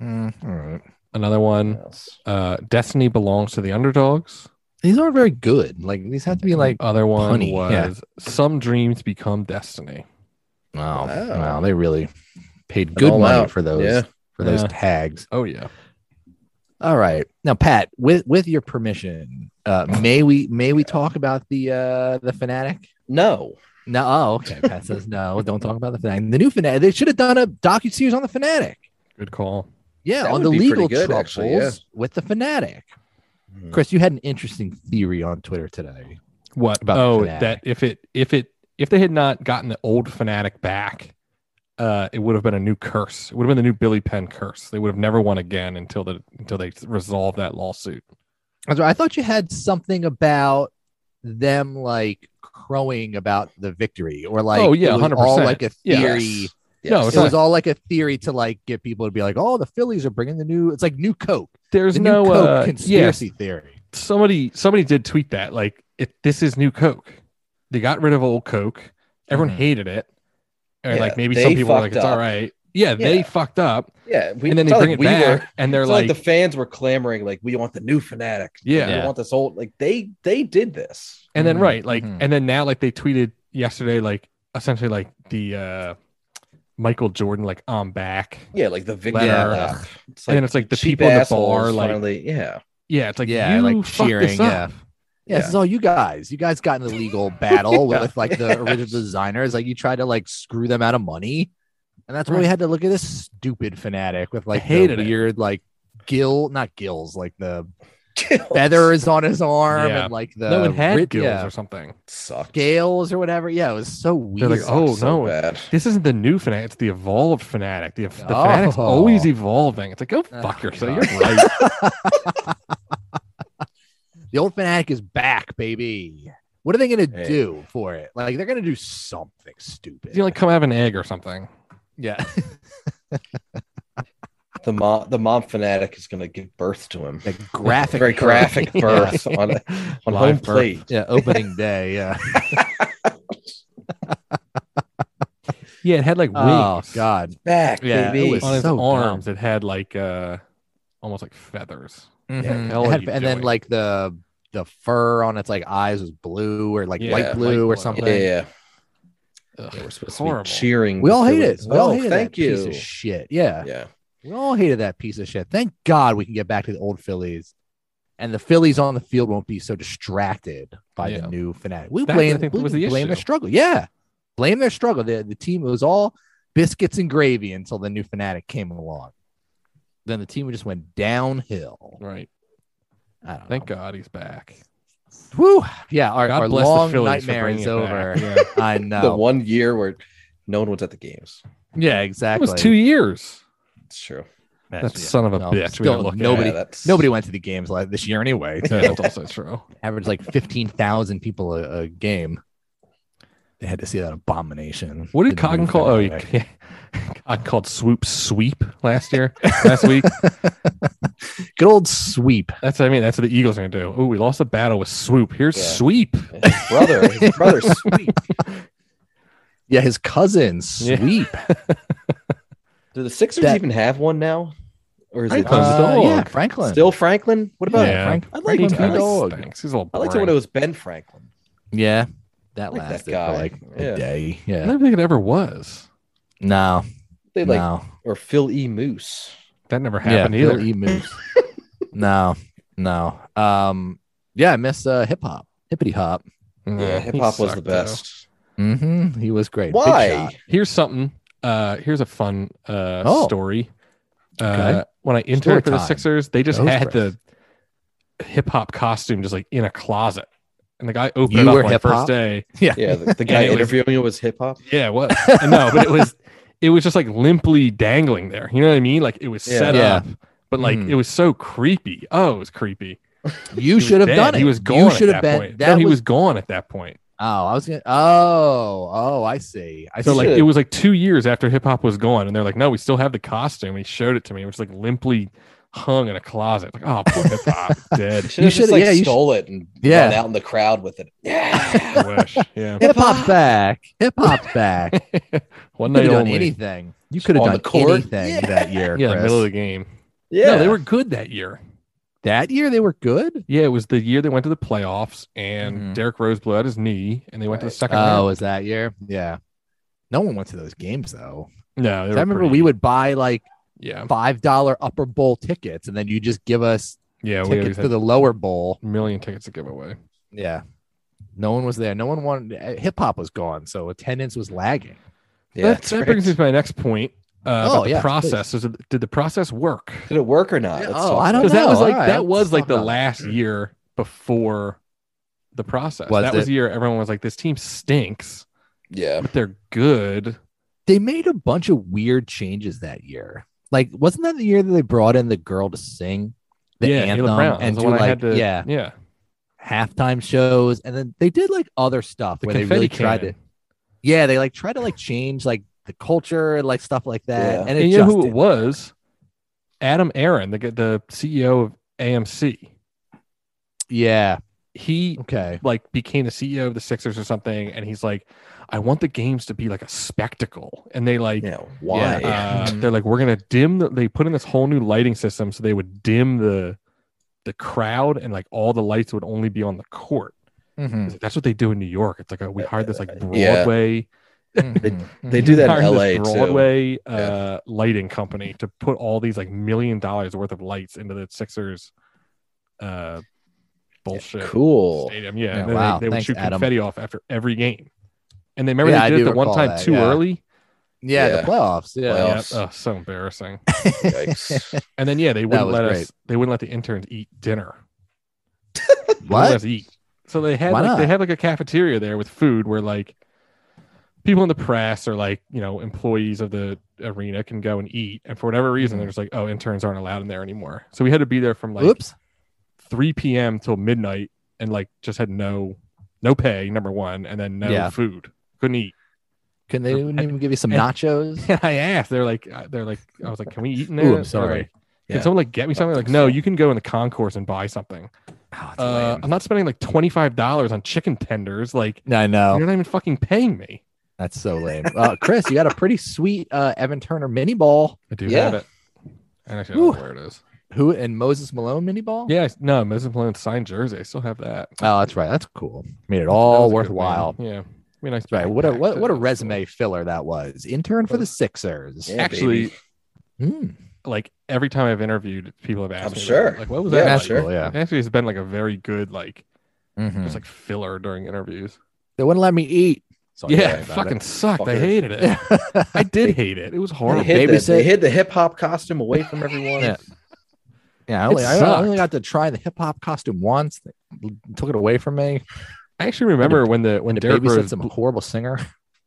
B: Mm, all right.
D: Another one,
C: else.
D: uh, destiny belongs to the underdogs.
B: These aren't very good. Like these have to be like.
D: Other one
B: Punny,
D: was
B: yeah.
D: some dreams become destiny.
B: Oh,
C: Wow.
B: wow, they really paid
C: An
B: good
C: all
B: money
C: out,
B: for those
C: yeah.
B: for those
D: Yeah.
B: tags.
D: Oh yeah,
B: All right, now Pat, with with your permission, uh, may we may we talk about the uh, the fanatic?
C: No.
B: No, oh, okay. Pat says no. Don't talk about the fanatic. The new fanatic. They should have done a docu series on the fanatic.
D: good call.
B: Yeah,
C: That
B: on
C: would
B: the
C: be pretty
B: legal
C: good,
B: troubles
C: actually,
B: with the fanatic.
C: Hmm.
B: Chris, you had an interesting theory on Twitter today.
D: What
B: About the
D: Oh,
B: Fanatic.
D: that if it if it if they had not gotten the old fanatic back, uh, it would have been a new curse. It would have been the new Billy Penn curse. They would have never won again until the until they resolved that lawsuit.
B: That's right. I thought you had something about them like crowing about the victory, or like
D: Oh, yeah,
B: it was
D: 100%.
B: all like a
D: Yeah.
B: theory.
C: Oh,
D: No,
B: It
D: it's
B: was
D: not.
B: all like a theory to like get people to be like, "Oh, the Phillies are bringing the new." It's like new Coke.
D: There's
B: The
D: no
B: new Coke
D: uh, yes,
B: conspiracy theory.
D: somebody somebody did tweet that like it, this is new Coke. They got rid of old Coke. Everyone
B: Mhm.
D: hated it, or
C: Mm-hmm. Yeah,
D: like maybe
C: they
D: some people were like
C: fucked
D: it's all
C: up.
D: right. Yeah, they
C: Yeah.
D: fucked up,
C: Yeah, we,
D: and then
C: it's
D: they
C: not
D: bring
C: like
D: it back,
C: Were,
D: and they're
C: it's not like,
D: like,
C: the fans were clamoring, like we want the new fanatic.
D: Yeah.
C: we
B: Yeah.
C: want this old. Like they they did this.
D: and then
B: Mhm,
D: right, like,
B: mhm.
D: and then now like they tweeted yesterday, like essentially like the uh Michael Jordan, like I'm back.
C: Yeah, like the victim.
D: Letter,
C: lap. It's
D: and then it's like the people in the
C: cheap
D: bar,
C: assholes
D: like
C: finally, yeah,
D: yeah, it's like
B: Yeah,
D: you
B: like
D: fucked
B: cheering,
D: This up.
B: Yeah, this is all you guys. You guys got in the legal battle with like the original designers. Like you tried to like screw them out of money, and that's why we
D: Right.
B: had to look at this stupid fanatic with like
D: hated
B: the
D: it.
B: weird like gill, not gills, like the
C: Gills.
B: feathers on his arm
D: Yeah.
B: and like the
D: no one had
B: ri-
D: gills
B: yeah,
D: or something.
C: sucked.
B: scales or whatever. Yeah, it was so
D: They're
B: weird.
D: like, oh
C: so
D: no,
C: bad.
D: this isn't the new fanatic. It's the evolved fanatic. The, the
B: Oh.
D: fanatic's always evolving. It's like, go
B: Oh,
D: fuck yourself.
B: God.
D: You're right. "Oh."
B: the old fanatic is back, baby. What are they gonna
C: Hey.
B: do for it? Like they're gonna do something stupid.
D: you know, like come have an egg or something.
B: yeah.
C: The mom, the mom fanatic is going to give birth to him.
B: Like graphic
C: Very graphic
B: Yeah.
C: birth on a, on
D: Live
C: home
D: birth.
C: plate.
B: Yeah, opening day. Yeah.
D: Yeah, it had like wings.
B: Oh God.
C: Back,
B: Yeah, it
C: baby.
B: was-
D: On its
B: So dumb.
D: arms, it had like uh almost like feathers.
B: Mhm.
D: hell
B: It
D: are
B: had-
D: you
B: and then
D: doing?
B: like the the fur on its like eyes was blue or like
D: Yeah,
B: light
C: light
B: blue or
D: blue.
B: something.
C: yeah,
D: Ugh,
C: they were supposed
D: horrible.
C: to be cheering.
B: We all
C: the
B: hate it.
C: Phillies.
B: We all
C: Oh,
B: hated
C: thank
B: that piece
C: you.
B: of shit. Yeah.
C: Yeah,
B: we all hated that piece of shit. Thank God we can get back to the old Phillies, and the Phillies on the field won't be so distracted by
D: Yeah.
B: the new fanatic. We
D: That, I
B: blame
D: think,
B: we
D: was the
B: blame their
D: issue.
B: struggle. Yeah, blame their struggle. The the team it was all biscuits and gravy until the new fanatic came along. Then the team just went downhill.
D: Right.
B: I don't
D: Thank God he's back.
B: know. Whew. Yeah, our,
D: God
B: our
D: bless
B: long
D: the Phillies for
B: nightmare
D: bringing
B: is
D: it back.
B: over.
D: Yeah.
B: I
C: the
B: know.
C: one year where no one was at the games.
B: yeah,
D: It
B: exactly.
D: was two years.
C: It's true.
D: That son of a
B: No,
D: bitch. We
B: still
D: gotta look
B: nobody-
D: At.
C: Yeah, that's
B: Nobody went to the games like this year anyway.
D: it. Yeah, That's also true.
B: averaged like 15,000 people a, a game. They had to see that abomination.
D: What did
B: Didn't
D: Cotton
B: move
D: call? Oh,
B: that
D: yeah.
B: way.
D: Cotton called swoop sweep last year, last week.
B: good old sweep.
D: That's what I mean. That's what the Eagles are gonna do. Oh, we lost a battle with swoop. Here's
C: Yeah.
D: sweep.
C: His brother, his brother, sweet.
B: Yeah, his cousin sweep.
C: Do the Sixers
B: That-
C: even have one now? Or is
D: I
C: it
D: thought
C: just-
D: so.
B: Uh,
D: dog.
B: yeah, Franklin.
C: still Franklin? What about
D: Yeah.
B: Frank-
C: I like
B: Franklin
C: him.
B: the
C: I like-
B: dog.
D: Thanks. He's a little.
C: I liked it when it
D: boring.
C: was Ben Franklin.
B: Yeah, that
C: like that
B: lasted
C: guy.
B: for like
C: Yeah.
B: a day.
D: I
B: Yeah.
D: don't think it ever was.
B: No.
C: They like
B: no.
C: or Phil E. Moose.
D: That never happened either.
B: Phil E moves. no. No. Um. Yeah, I miss uh, hip hop. Hippity hop.
C: Yeah,
D: he
C: hip hop was the
D: sucked,
C: best.
B: Mm-hmm. He was great. Big
C: Why?
B: shot.
D: though. Here's something. Uh, here's a fun uh,
B: Oh.
D: story. Uh,
B: Okay.
D: When I interned
B: Story
D: for the
B: time.
D: Sixers, they just
B: Ghost
D: had
B: press.
D: the hip hop costume just like in a closet, and the guy opened
B: You
D: it
B: were
D: up on the
B: hip-hop?
D: first day.
C: Yeah, the, the
D: Yeah,
C: guy
D: it was-
C: interviewing you was hip hop.
D: Yeah, what? no, but it was it was just like limply dangling there. You know what I mean? Like it was
C: Yeah.
D: set
B: Yeah.
D: up, but like
B: Mhm.
D: it was so creepy. Oh, it was creepy.
B: You
D: was
B: should have
D: dead.
B: done it.
D: He was gone.
B: You
D: at
B: should have
D: that
B: been.
D: Point.
B: That
D: no, he
B: was,
D: was gone at that point.
B: Oh, I was gonna. Oh, oh, I see. I
D: So
B: see.
D: like
C: Shit.
D: it was like two years after hip hop was gone, and they're like, "No, we still have the costume." And he showed it to me. It was like limply hung in a closet. Like, oh, poor hip hop, dead.
C: Should have
B: should've-
C: just like
B: yeah, you should-
C: stole it and
B: Yeah.
C: yeah. out in the crowd with it. Yeah.
D: I wish. Yeah,
B: hip hop back. Hip hop back. you
D: one
B: could
D: night
B: have done
D: only.
B: anything. You could have
C: On
B: done
C: the court?
B: anything that year.
D: yeah,
B: Chris.
D: middle of the game.
C: yeah.
D: No, they were good that year.
B: that year they were good.
D: Yeah, it was the year they went to the playoffs, and
B: Mhm.
D: Derrick Rose blew out his knee, and they went to the
C: Right.
D: second
B: Oh,
D: round.
B: was that year? Yeah. No one went to those games though.
D: No, they
B: 'Cause
D: were
B: Oh. I remember
D: pretty-
B: we would buy like
D: Yeah,
B: five dollar upper bowl tickets, and then you just give us
D: yeah, we always
B: tickets to
D: had
B: the lower bowl.
D: a million tickets to give away.
B: Yeah. No one was there. No one wanted. Hip hop was gone, so attendance was lagging.
C: Yeah,
D: that,
C: that's
D: that
C: right.
D: brings me to my next point. Uh,
B: Oh,
D: about the
B: yeah, please.
D: process. Is it- Did the process work?
C: Did it work or not?
B: Yeah,
C: Let's
B: oh,
C: talk
B: I don't
C: about
D: because
C: it.
D: that was
B: know.
D: like
B: All right.
D: that was like the
B: Fuck up.
D: last year before the process.
B: Was
D: that was
B: it?
D: the year everyone was like, "This team stinks,
C: Yeah.
D: but they're good."
B: They made a bunch of weird changes that year. Like, wasn't that the year that they brought in the girl to sing the
D: yeah, Halo
B: anthem
D: Brown
B: and
D: was the
B: do
D: one I
B: like
D: had to-
B: yeah
D: yeah,
B: halftime shows, and then they did like other stuff
D: the
B: where they
D: confetti
B: really tried to
D: cannon.
B: yeah they like tried to like change like the culture and like stuff like that.
C: Yeah.
B: And, it
D: And you know
B: just
D: who it
B: didn't-
D: was? Adam Aaron, the g- the CEO of AMC.
B: Yeah.
D: He
B: Okay.
D: like became the CEO of the Sixers or something, and he's like, "I want the games to be like a spectacle," and they like.
C: Yeah. Why?
D: Uh,
B: um,
D: they're like, we're gonna dim. The, they put in this whole new lighting system, so they would dim the the crowd, and like all the lights would only be on the court.
B: Mhm.
D: It's like, That's what they do in New York. It's like a, we hired this like
C: Hmm. Uh, yeah.
D: Broadway.
B: Mhm.
C: They do that
D: hired
C: in
D: this
C: LA too.
D: Broadway uh, lighting company to put all these like million dollars worth of lights into the Sixers. Uh, bullshit.
C: Cool.
D: Stadium, yeah.
B: Yeah,
D: and then
B: wow.
D: They, they would
B: Thanks,
D: shoot
B: Adam.
D: confetti off after every game. And they remember
B: Yeah, I
D: they
B: do
D: did it the one
B: recall
D: time
B: that,
D: too
B: yeah.
D: early.
B: Yeah, the
C: Yeah.
B: playoffs. Yeah.
D: Yeah.
C: Playoffs.
D: Oh, so embarrassing.
C: Yikes.
D: And then yeah, they wouldn't
B: was
D: let
B: great.
D: us. They wouldn't let the interns eat dinner. They wouldn't let
B: What?
D: us eat. So they had
B: Why
D: like, they
B: not?
D: had like a cafeteria there with food where like people in the press or like you know employees of the arena can go and eat. And for whatever reason,
B: Mm-hmm.
D: they're just like, oh, interns aren't allowed in there anymore. So we had to be there from like
B: Oops.
D: 3 p.m. till midnight and like just had no no pay number one and then no
B: Yeah.
D: food couldn't eat
B: Can they
D: And-
B: even give you some
D: and-
B: nachos?
D: and i asked they're like uh, they're like i was like can we eat in there
B: Ooh, I'm
D: They're
B: sorry.
D: like, can
C: Yeah.
D: someone like get me something like
C: think
D: no
C: so.
D: you can go in the concourse and buy something
B: Oh, it's
D: uh, I'm not spending like twenty five dollars on chicken tenders. Like
B: lame. I know
D: you're not even fucking paying me.
B: that's so lame. Uh, Chris, you got a pretty sweet uh, Evan Turner mini ball.
D: I do
C: Yeah.
D: have it. And actually, I don't know where it is.
B: Who and Moses Malone mini ball?
D: Yeah, I- no, Mrs. Plant signed jersey. I still have that.
B: Oh, that's right. That's cool. Made it
D: That
B: all
D: was a good
B: worthwhile.
D: one. Yeah, I mean, nice.
B: That's right. What a
D: backpack
B: what,
D: to-
B: what a
D: that's cool.
B: resume filler that was. Intern for the Sixers.
C: Yeah,
D: Actually,
C: baby.
B: Hmm.
D: like every time I've interviewed, people have asked
C: I'm
D: me, like,
C: sure.
D: like, what was
C: Yeah,
D: that?
B: that's
D: like?
C: sure.
B: cool. Yeah.
D: It Actually, it's been like a very good like
B: Mhm.
D: just like filler during interviews.
B: They wouldn't let me eat. So I
D: yeah,
B: worry
D: it
B: about
D: fucking sucked. I
C: Fuckers.
D: hated it.
B: it.
D: I did hate it. It was
C: They
D: horrible.
C: hid, the,
B: babysit.
C: they hid the hip hop costume away from everyone.
B: Yeah. yeah, I only,
D: It
B: I only
D: sucked.
B: got to try the hip hop costume once. They took it away from me.
D: I actually remember when the when
B: And the
D: Derrick
B: baby
D: Rose
B: said some horrible singer.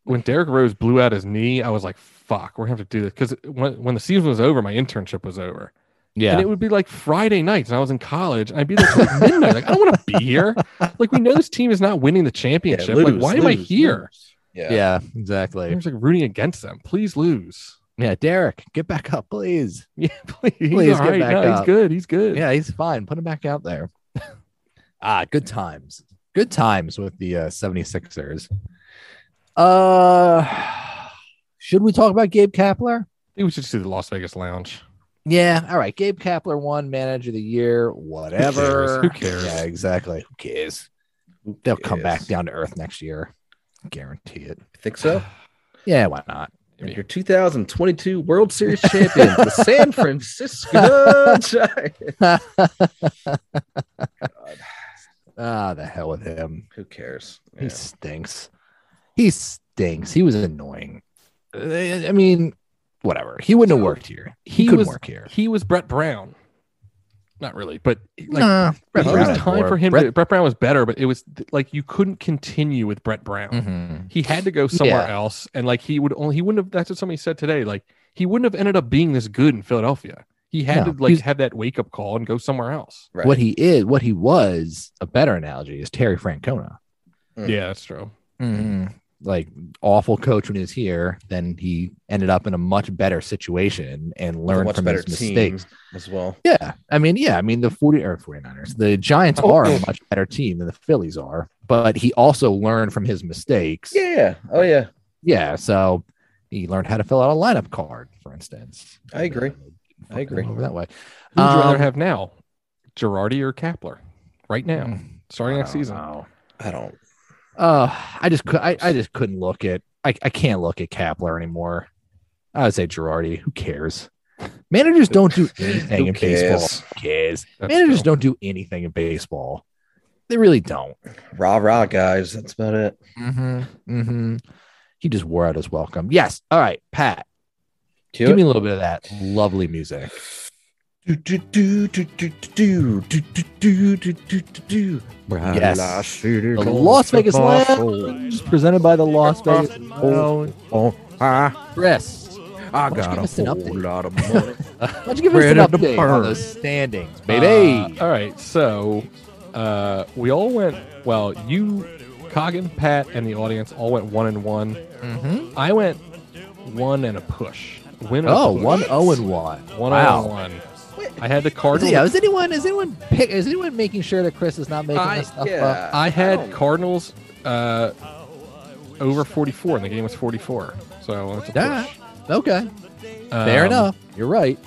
D: when Derrick Rose blew out his knee, I was like, "Fuck, we're gonna have to do this." Because when, when the season was over, my internship was over, and
B: Yeah.
D: it would be like Friday nights, and I was in college, and I'd be there till like midnight. Like, I don't want to be here. Like, we know this team is not winning the
C: Yeah,
D: championship.
C: lose,
D: like, why am I
C: lose,
D: here?
C: lose. Yeah.
B: yeah,
D: I
B: exactly.
D: was like rooting against them. Please lose.
B: Yeah, Derek, get back up, pleys.
D: Yeah, please. He's
B: Please
D: all
B: get
D: right.
B: back
D: No,
B: up.
D: He's good. He's good.
B: Yeah, he's fine. Put him back out there. ah, good times. Good times with the uh, 76ers. Uh should we talk about Gabe Kapler?
D: It was just to the Las Vegas Lounge.
B: Yeah. All right. Gabe Kapler won manager of the year. Whatever.
D: Who cares?
B: Yeah, exactly. Who cares? They'll come back
C: Yes.
B: down to earth next year. Guarantee it.
C: Think so?
B: Yeah, why not?
C: And your 2022 World Series champions, the San Francisco Giants.
B: Ah, the hell with him.
C: Who cares?
B: He
C: Yeah.
B: stinks. He stinks. He was annoying. Uh, I I mean, whatever. He wouldn't have worked here. He,
D: he
B: couldn't
D: was-
B: work here.
D: He was Brett Brown. Not really, but like
B: nah, Brett
D: it
C: Brown
D: was
B: had
D: time
B: more.
D: for him.
B: Brett-
D: to, Brett Brown was better, but it was th- like you couldn't continue with Brett Brown.
B: Mhm.
D: He had to go somewhere
B: Yeah.
D: else, and like he would only he wouldn't have. That's what somebody said today. Like he wouldn't have ended up being this good in Philadelphia. He had
B: No,
D: to like
B: he's-
D: have that wake up call and go somewhere else.
C: Right.
B: What he is, what he was, a better analogy is Terry Francona. Hmm.
C: Mm.
D: Yeah, that's true.
B: Like awful coach when he was here, then he ended up in a much better situation and
C: With a
B: learned
C: much
B: from
C: better
B: his mistakes.
C: team as well.
B: Yeah. I mean, yeah. I mean, the 40 or 49ers, the Giants are a much better team than the Phillies are, but he also learned from his mistakes.
C: Yeah. Oh yeah.
B: Yeah, So he learned how to fill out a lineup card, for instance.
C: I agree.
B: And, uh,
C: I agree.
B: Over that way.
D: Who would you rather
B: Um,
D: have now, Girardi or Kapler? Right now,
B: Mm,
D: starting
B: I
D: next
B: don't
D: season.
B: know.
C: I don't.
B: Uh, I just, cou- I, I just couldn't look at, I, I can't look at Kapler anymore. I would say Girardi. Who cares? Managers don't do anything
C: Who
B: in baseball.
C: cares?
B: Who cares?
D: That's
B: Managers
D: true.
B: don't do anything in baseball. They really don't.
C: Rah rah, guys. That's about it.
B: Mm-hmm. Mm-hmm. He just wore out his welcome. Yes. All right, Pat.
C: Cue
B: give
C: it.
B: me a little bit of that lovely music.
C: Do, do, do, do, do, do, do, do, do, do, do, do, do.
B: Yes.
C: La shooter
B: The
C: goes
B: Las
C: to
B: Vegas
C: Buffalo.
B: Lounge, presented by the Las Vegas Lounge.
C: Oh, I,
B: Chris,
C: I
B: don't you give
C: got a
B: us an
C: whole
B: update?
C: lot of money.
B: why don't you give us an
C: Ready to
B: update on
C: burn.
B: the standings, baby?
D: Uh, all right, so uh, we all went. Well, you, Coggin, Pat, and the audience all went one and one.
B: Mhm.
D: I went one and a push. Win. and a
B: Oh,
D: push.
B: one oh and one.
D: One
B: wow.
D: and one. I had the Cardinals.
B: Yeah, is anyone is anyone pick, is anyone making sure that Chris is not making
D: I-
B: this stuff
C: yeah.
B: up?
D: I
C: I
D: had
C: don't-
D: Cardinals uh, over 44, and the game was 44. So it's a
B: Yeah.
D: push.
B: Okay, fair
D: Um,
B: enough. You're right.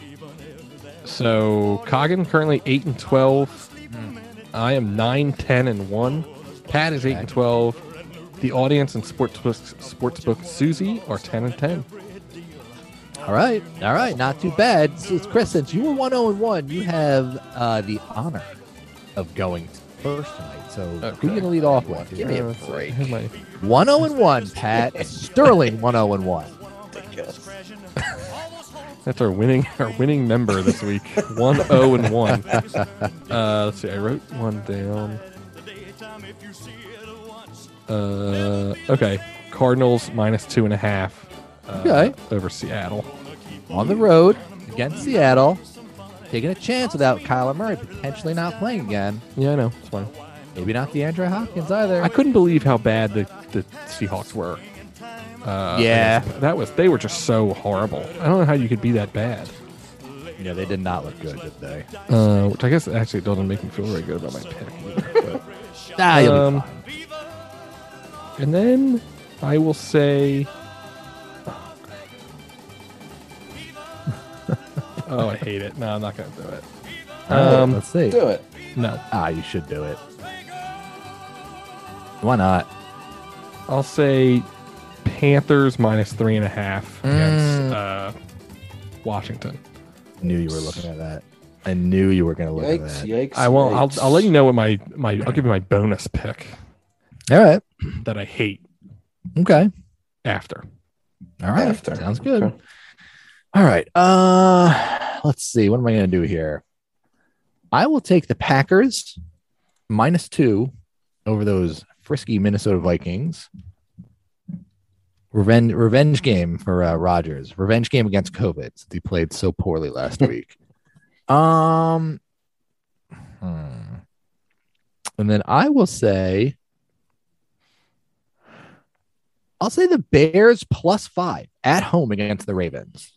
D: So Coggin currently eight and twelve. I am 9, 10, and one. Pat is eight and twelve. The audience and sportsbook sportsbook Susie are ten and ten.
B: All right, all right, not too bad. So, it's Chris, since you were one zero and one, you have uh, the honor of going first tonight. So who you
D: Okay.
B: gonna lead off with?
C: Give me a break.
D: Who am I-
B: One zero and one, Pat Sterling. One zero and one.
C: Ridiculous.
D: That's our winning our winning member this week. One zero and one. Uh, let's see. I wrote one down. Uh, okay. Cardinals minus two and a half. Uh,
B: Okay.
D: Over Seattle.
B: on the road against Seattle, taking a chance without Kyler Murray potentially not playing again.
D: Yeah, I know. It's fine.
B: Maybe not DeAndre Hopkins either.
D: I couldn't believe how bad the, the Seahawks were. Uh,
B: Yeah.
D: against- that was they were just so horrible. I don't know how you could be that bad.
B: You know, they did not look good, did they?
D: Uh, which I guess actually doesn't make me feel very good about my pick. But-
B: Ah, you'll be
D: Um,
B: fine.
D: and then I will say, oh, I hate it. No, I'm not gonna do it.
B: All right,
D: Um,
B: let's see.
C: Do it.
D: no,
B: Ah, you should do it. Why not?
D: I'll say Panthers minus three and a half against
B: Mm.
D: uh, Washington.
B: Knew you were looking at that. I knew you were going to look
C: Yikes,
B: at
C: yikes.
D: I won't. I'll,
C: yikes.
D: I'll let you know what my my. I'll give you my bonus pick
B: that. All right.
D: that I hate
B: Okay.
D: after.
B: All right.
F: After.
B: Sounds good.
F: Okay.
B: All right. Uh let's see. What am I gonna do here? I will take the Packers minus two over those frisky Minnesota Vikings. Revenge revenge game for uh, Rogers. Revenge game against COVID. since He played so poorly last week. Um hmm. and then I will say I'll say the Bears plus five at home against the Ravens.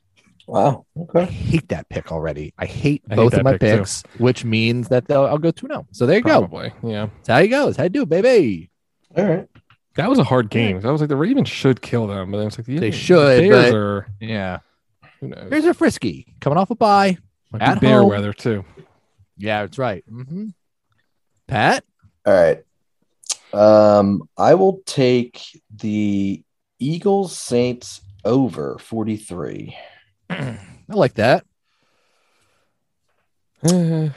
C: Wow.
B: I
C: Okay.
B: hate that pick already. I hate
D: I hate
B: both of
D: that
B: my
D: pick, too.
B: picks, which means that they'll, I'll go 2 0. So there you go.
D: Probably. Yeah.
B: That's how you go. That's how you do, it, baby.
C: All right.
D: That was a hard game. I was like, the Ravens should kill them, but then it's like the
B: They should,
D: Bears
B: but-
D: are.
B: Yeah.
D: Who knows?
B: Here's a frisky coming off a bye.
D: Might
B: At
D: be bear
B: home.
D: weather too.
B: Yeah, that's right.
D: Mm-hmm.
B: hmm Pat,
E: All right. Um, I will take the Eagles Saints over 43.
B: I like that.
D: Eh,
B: Mm-hmm.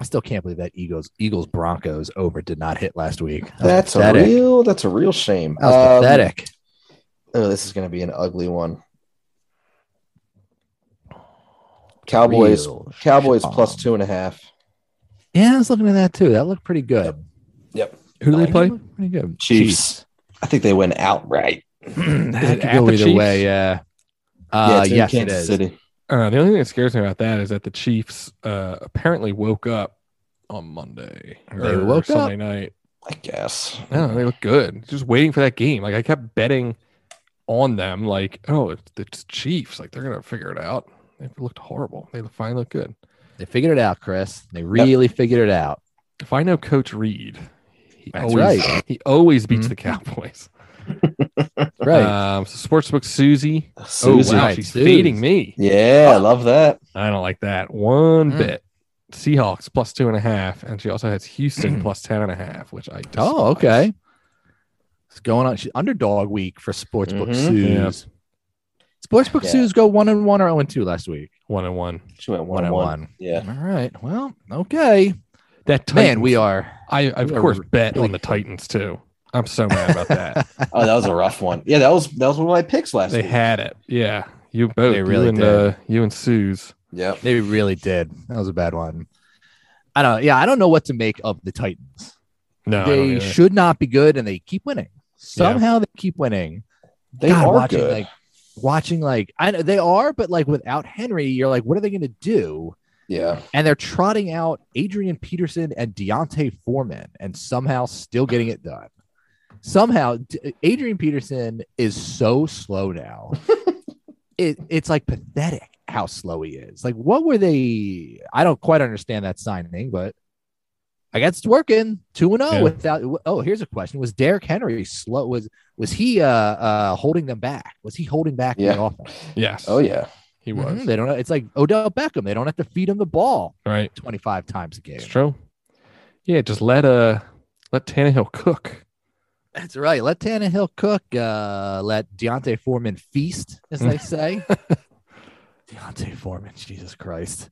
B: I still can't believe that Eagles Eagles Broncos over did not hit last week. That was
E: That's a
B: pathetic.
E: real that's a real shame.
B: That was
E: Um,
B: pathetic.
E: Oh, this is going to be an ugly one. Cowboys
B: Real
E: Cowboys
B: shame.
E: plus two and a half.
B: Yeah, I was looking at that too. That looked pretty good.
E: Yep.
D: Who do
B: That
D: they play?
B: looked Pretty good.
E: Chiefs. I think they win outright.
D: it
B: that could
D: at
B: go
D: the
B: either
D: Chiefs?
B: way. Yeah. Uh,
E: it's in
B: yes, it
E: Kansas
B: is.
E: City.
D: Uh, the only thing that scares me about that is that the Chiefs uh, apparently woke up on Monday or
B: They woke
D: Sunday night.
E: I guess.
B: Oh.
D: No, they look good. Just waiting for that game. Like I kept betting on them. Like oh, it's the Chiefs. Like they're gonna figure it out. They looked horrible. They finally look good.
B: They figured it out, Chris. They really figured it out.
D: If I know Coach Reed, he
B: That's
D: always
B: right.
D: he always beats
B: Mhm.
D: the Cowboys.
B: Right.
D: Um, so Sportsbook Susie.
E: Susie.
D: Oh wow,
B: Right,
D: she's
B: Susie.
D: fading me.
E: Yeah, I love that.
D: I don't like that one
B: Mm.
D: bit. Seahawks plus two and a half, and she also has Houston plus ten and a half, which I despise.
B: oh, okay. It's going on. She, underdog week for Sportsbook
E: Mhm.
D: Yeah.
B: Sues. Sportsbook
E: Yeah.
B: Sues go one and one or zero and two last week.
D: One and one.
E: She went
B: One
E: one on
B: and
E: one.
B: one.
E: Yeah.
B: All right. Well, okay.
D: That Titans,
B: Man, we are.
D: I, I of
B: we are
D: course bet on the
B: really-
D: Titans too. I'm so mad about that.
E: Oh, that was a rough one. Yeah, that was that was one of my picks last
D: they
E: week.
D: had it. Yeah, you both.
B: They really
D: you and,
B: did.
D: Uh, you and Suze.
E: Yep.
B: They really did. That was a bad one. I don't. Yeah, I don't know what to make of the Titans.
D: No, I don't
B: they
D: either.
B: should not be good, and they keep winning. Somehow they keep winning.
E: They
B: God,
E: are
B: watching
E: good.
B: like watching like I know they are, but like without Henry, you're like, what are they going to do?
E: yeah.
B: And they're trotting out Adrian Peterson and Deontay Foreman, and somehow still getting it done. Somehow, D- Adrian Peterson is so slow now. it, it's like pathetic how slow he is. Like, what were they? I don't quite understand that signing, but I guess it's working. Two and
D: Yeah.
B: zero without. Oh, here's a question: Was Derrick Henry slow? Was was he uh, uh holding them back? Was he holding back the
E: Yeah.
B: offense?
D: Yes.
E: Oh yeah.
D: he was
B: Mhm, They don't. It's like Odell Beckham. They don't have to feed him the ball
D: right.
B: 25 times a game.
D: It's true. Yeah, just let uh let Tannehill cook.
B: That's right. Let Tannehill cook. Uh, let Deontay Foreman feast, as they say. Deontay Foreman, Jesus Christ.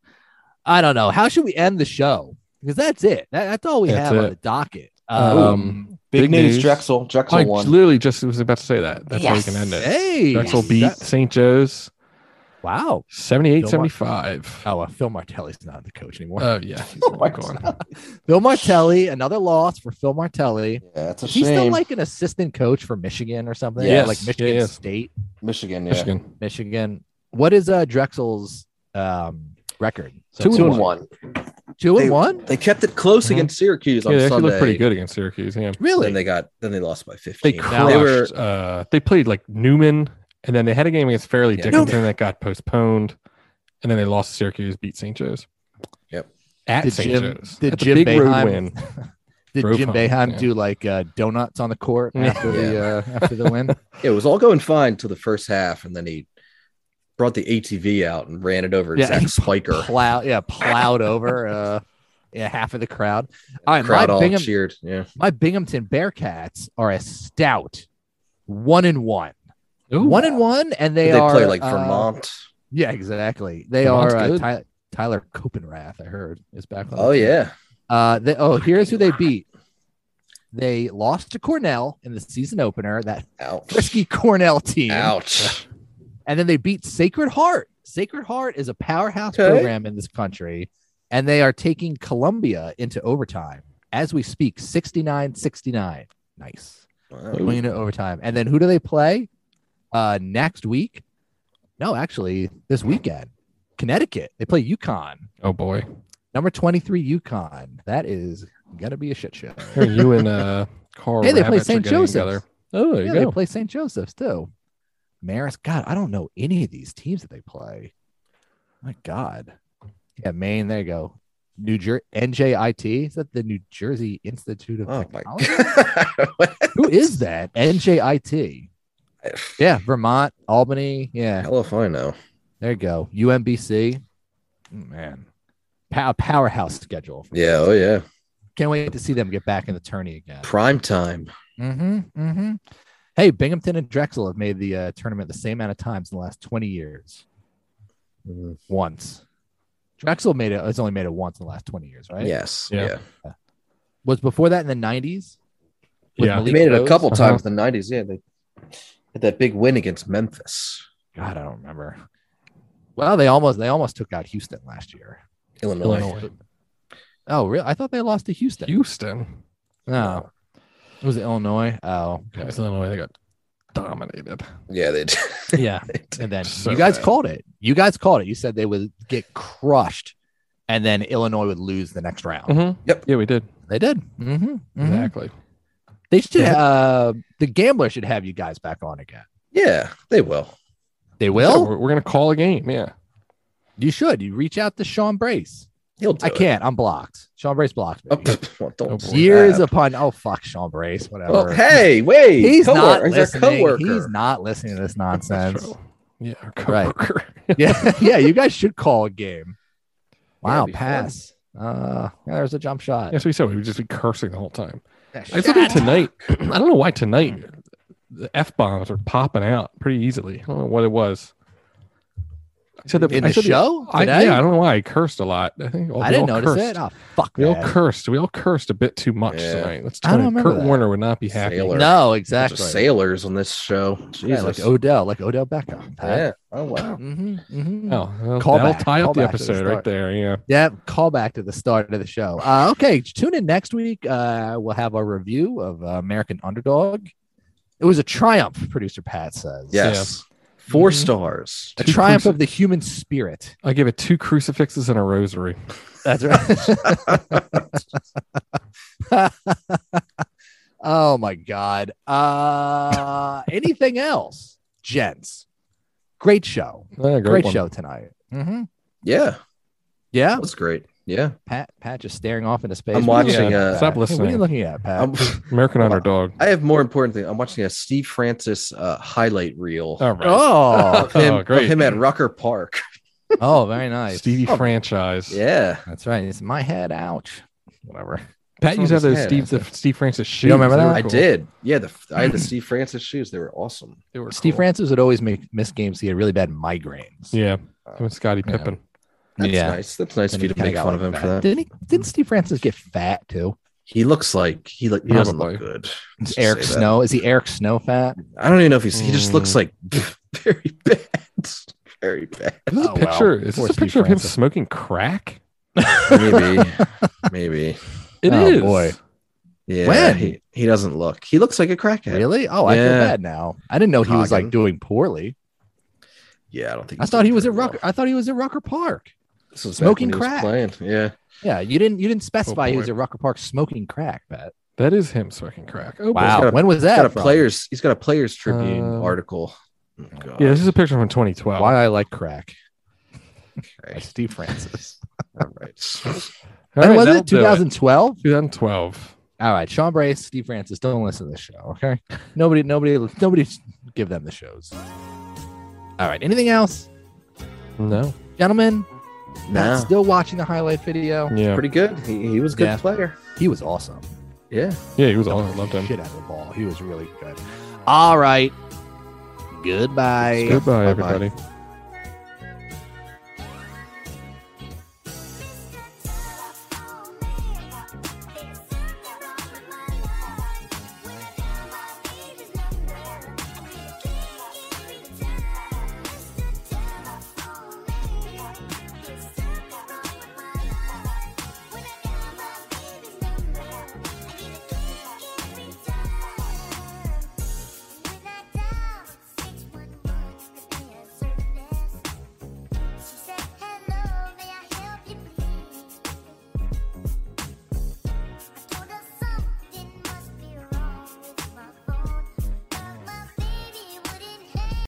B: I don't know. How should we end the show? Because that's it. That, that's all we
D: That's
B: have on
D: it.
B: the docket.
D: Um,
B: Um,
E: Big,
D: Big
E: news,
D: news.
E: Drexel. Drexel
D: I
E: won.
D: literally just was about to say that. That's how we can end it.
B: hey,
D: Drexel
B: yes,
D: beat
B: that's-
D: St. Joe's
B: Wow.
D: 78
B: Don't want-
D: 75.
B: Oh, well, Phil Martelli's not the coach anymore.
D: Oh, yeah. he's
E: Oh my
D: gone.
E: God.
B: Phil Martelli, another loss for Phil Martelli.
E: Yeah, that's a
B: Is he still
E: shame.
B: like an assistant coach for Michigan or something?
E: Yes.
B: Like Michigan
D: Yeah, yeah.
B: State,
E: Michigan, yeah.
D: Michigan.
B: Michigan. What is uh, Drexel's um, record? So
E: Two, and one.
B: Two and
C: They-
B: one?
C: They kept it close
D: Mhm.
C: against Syracuse
D: Yeah,
C: on
D: they actually
C: Sunday.
D: looked pretty good against Syracuse. Yeah.
B: Really?
C: Then they got then they lost by
D: They
C: fifteen.
D: crushed. They,
C: were
D: uh, they played like Newman, and then they had a game against Fairleigh
C: Yeah.
D: Dickinson that got postponed, and then they lost to Syracuse, beat St. Joe's.
C: Yep.
D: At
B: Did
D: St.
B: Jim-
D: Joe's.
B: did
D: That's
B: Jim
D: a big road
B: Boeheim-
D: win.
B: Did
D: Drove
B: Jim
D: home,
B: Beheim
D: yeah.
B: do like uh, donuts on the court
D: Yeah.
B: after the uh, after the win?
C: it was all going fine till the first half, and then he brought the ATV out and ran it over
B: Yeah, he
C: Zach Spiker.
B: Plow, yeah, plowed over uh, yeah, half of the crowd. All right,
C: Crowd
B: my,
C: all
B: Bingham,
C: cheered. Yeah.
B: my Binghamton Bearcats are a stout one and one,
D: Ooh.
B: one and one, and they,
C: They,
B: are
C: play like
B: uh,
C: Vermont.
B: yeah, exactly. They
D: Vermont's
B: are uh,
D: good.
B: Ty- Tyler Copenrath. I heard is back. on the
C: Oh
B: team.
C: yeah.
B: Uh, they, oh, here's who they beat. They lost to Cornell in the season opener. That
C: Ouch.
B: frisky Cornell team.
C: Ouch.
B: And then they beat Sacred Heart. Sacred Heart is a powerhouse
C: Okay.
B: program in this country. And they are taking Columbia into overtime as we speak 69 69. Nice.
C: Wow.
B: Going into overtime. And then who do they play uh, next week? No, actually, this weekend. Connecticut. They play UConn.
D: Oh, boy.
B: Number 23, UConn. That is going to be a shit show.
D: Here, you and uh, Carl
B: Hey, they play
D: Ravitch are
B: St.
D: getting
B: Joseph's.
D: together. Oh, there
B: yeah,
D: you
B: they
D: go.
B: play St. Joseph's too. Marist, God, I don't know any of these teams that they play. My God. Yeah, Maine, there you go. New Jersey, NJIT. Is that the New Jersey Institute of
C: Oh my
B: Technology?
C: god.
B: Who is that? NJIT. Yeah, Vermont, Albany. Yeah,
C: Hell if I know.
B: there you go. UMBC. Oh, man, pow- powerhouse schedule.
C: Yeah. Oh yeah.
B: Can't wait to see them get back in the tourney again.
C: Prime time.
B: Mm-hmm, mm-hmm. Hey, Binghamton and Drexel have made the uh, tournament the same amount of times in the last 20 years.
C: Mhm.
B: Once. Drexel made it, has only made it once in the last 20 years, right?
C: Yes.
D: Yeah.
C: Yeah.
B: Was before that in the 90s? With
D: Yeah.
B: Malik
C: They made it a
B: Rose?
C: couple
D: Uh-huh.
C: times in the '90s. Yeah. They had that big win against Memphis,
B: God, I don't remember. Well, they almost they almost took out Houston last year.
C: Illinois.
D: Illinois.
B: Oh, really? I thought they lost to Houston.
D: Houston.
B: No. It was Illinois. Oh,
D: It was Illinois. They got dominated.
C: Yeah. They did.
B: yeah. And then
D: So
B: you guys
D: bad.
B: called it. You guys called it. You said they would get crushed and then Illinois would lose the next round.
D: Mm-hmm.
C: Yep.
D: Yeah, we did.
B: They did. Mm-hmm.
D: Exactly.
B: They should
D: Yeah.
B: uh the gambler should have you guys back on again.
C: yeah. They will.
B: They
D: Yeah,
B: will.
D: we're, we're gonna call a game. Yeah.
B: You should. You reach out to Sean Brace.
C: He'll do
B: I
C: it.
B: can't. I'm blocked. Sean Brace blocked me.
C: Oh, pff, well, don't say
B: Years
C: that.
B: upon oh fuck Sean Brace, whatever.
C: Well, hey, wait.
B: he's not
C: coworker- he's our
B: listening.
C: coworker.
B: He's not listening to this nonsense.
D: That's true. Yeah. Our
B: Right.
D: coworker.
B: yeah, yeah. You guys should call a game.
C: Yeah, it'd
B: Wow,
C: be fun.
B: pass. Uh, yeah, there's a jump shot.
D: That's what we said. We would just be cursing the whole time.
B: Yeah,
D: I was looking tonight. I don't know why tonight the f bombs are popping out pretty easily. I don't know what it was. I said that
B: In
D: I
B: the
D: said that-
B: show
D: I,
B: today?
D: yeah, I don't know why I cursed a lot. I think all,
B: I
D: we
B: didn't
D: all
B: notice it.
D: cursed.
B: Oh fuck,
D: We all
B: man.
D: cursed. We all cursed a bit too much
C: Yeah.
D: tonight. Let's
B: I don't
D: turn it.
B: remember
D: Kurt
B: that.
D: Warner would not be happy.
C: Sailor.
B: No,
C: Bunch
B: exactly.
C: of sailors on this show. Jesus.
B: Yeah, like oh, Odell, like Odell Beckham.
C: Yeah. Oh wow.
B: Mm-hmm, mm-hmm.
D: Oh, well,
B: Call
D: that'll
B: back.
D: tie up
B: Call
D: the
B: back to the
D: episode
B: start.
D: right there. Yeah.
B: Yeah, call back to the start of the show. Uh, okay, tune in next week. Uh, we'll have a review of uh, American Underdog. It was a triumph, producer Pat says.
C: Yes. Four
B: Mhm.
C: stars.
B: A triumph of the human spirit.
D: I give it two crucifixes and a rosary.
B: That's right. oh my god. Uh anything else, gents? Great show.
D: Yeah, great
B: Great
D: one.
B: show tonight. Mm-hmm.
C: Yeah.
B: Yeah.
C: That was great. Yeah.
B: Pat Pat just staring off into space.
C: I'm
B: What are you
C: watching,
B: looking at,
C: uh,
B: Pat?
D: Stop
B: What are you
D: listening.
B: looking at, Pat?
C: I'm,
D: American
C: Hold on.
D: Underdog.
C: I have more important thing. I'm watching a Steve Francis uh, highlight reel
D: All right.
B: Oh,
C: of, him,
D: oh,
C: of
D: great.
C: him at Rucker Park.
B: oh, very nice.
D: Stevie
C: Oh.
D: franchise.
C: Yeah.
B: That's right. It's my head. Ouch. Whatever.
D: Pat used to have
C: That's what
D: those
C: his head
D: Steve,
C: is.
D: the Steve Francis shoes.
B: You don't remember
D: They were
B: that?
C: I
D: cool.
C: did. Yeah. The, I had the Steve Francis shoes. They were awesome.
D: They were
B: Steve
D: cool.
B: Francis would always make miss games. He had really bad migraines.
D: Yeah.
B: Oh,
D: Him and Scottie Pippen.
C: That's
B: Yeah.
C: nice. That's nice
B: And
C: of
B: he
C: you to
B: kinda
C: make
B: got,
C: fun of
B: like,
C: him for
B: fat.
C: that.
B: Didn't he, didn't Steve Francis get fat too?
C: He looks like he look, he doesn't
D: Probably.
C: look good.
B: Is
C: Let's just
B: Eric
C: say that.
B: Snow is he Eric Snow fat?
C: I don't even know if he's. He just looks
D: Mm.
C: like very bad, very bad.
D: Is this
B: Oh, wow.
D: a picture?
B: Poor
D: Is this a
B: Steve
D: picture of him
B: Francis.
D: smoking crack?
C: Maybe, maybe.
D: It
B: Oh,
D: is.
B: boy.
C: Yeah,
B: When?
C: he, he doesn't look. He looks like a crackhead.
B: Really? Oh, I feel
C: Yeah.
B: bad now. I didn't know he was like
C: Coggin.
B: doing poorly.
C: Yeah, I don't think.
B: I
C: he's
B: thought he
C: doing
B: was at
C: very well.
B: Rucker. I thought he was at Rucker Park.
C: This was back
B: smoking
C: when he was
B: crack.
C: Playing. Yeah,
B: Yeah, you didn't.
C: Oh,
B: You didn't specify he
D: boy.
B: was at Rucker Park smoking crack. Pat.
D: That is him smoking crack. Oh, boy.
B: Wow.
C: got a-
B: when was
C: he's
B: that?
C: got a
B: from?
C: players. He's got a Players Tribune
D: Um,
C: article. Oh, God.
D: Yeah, this is a picture from 2012.
B: Why I like crack. By
C: Okay.
B: Steve Francis.
C: All right.
D: All
B: when
D: right,
B: was
D: that'll
B: it?
D: do
B: 2012.
D: 2012.
B: All right, Sean Brace, Steve Francis. Don't listen to this show. Okay. Nobody. Nobody. Nobody. Give them the shows. All right. Anything else, Oh,
D: No.
B: gentlemen?
C: Nah.
B: Still watching the highlight video.
D: Yeah.
C: pretty good. He, he was a good
B: Yeah.
C: player.
B: He was awesome.
C: Yeah.
D: Yeah, he was all I loved him.
B: shit out of the ball. He was really good. All right. Goodbye.
D: Goodbye,
C: Bye-bye.
D: everybody.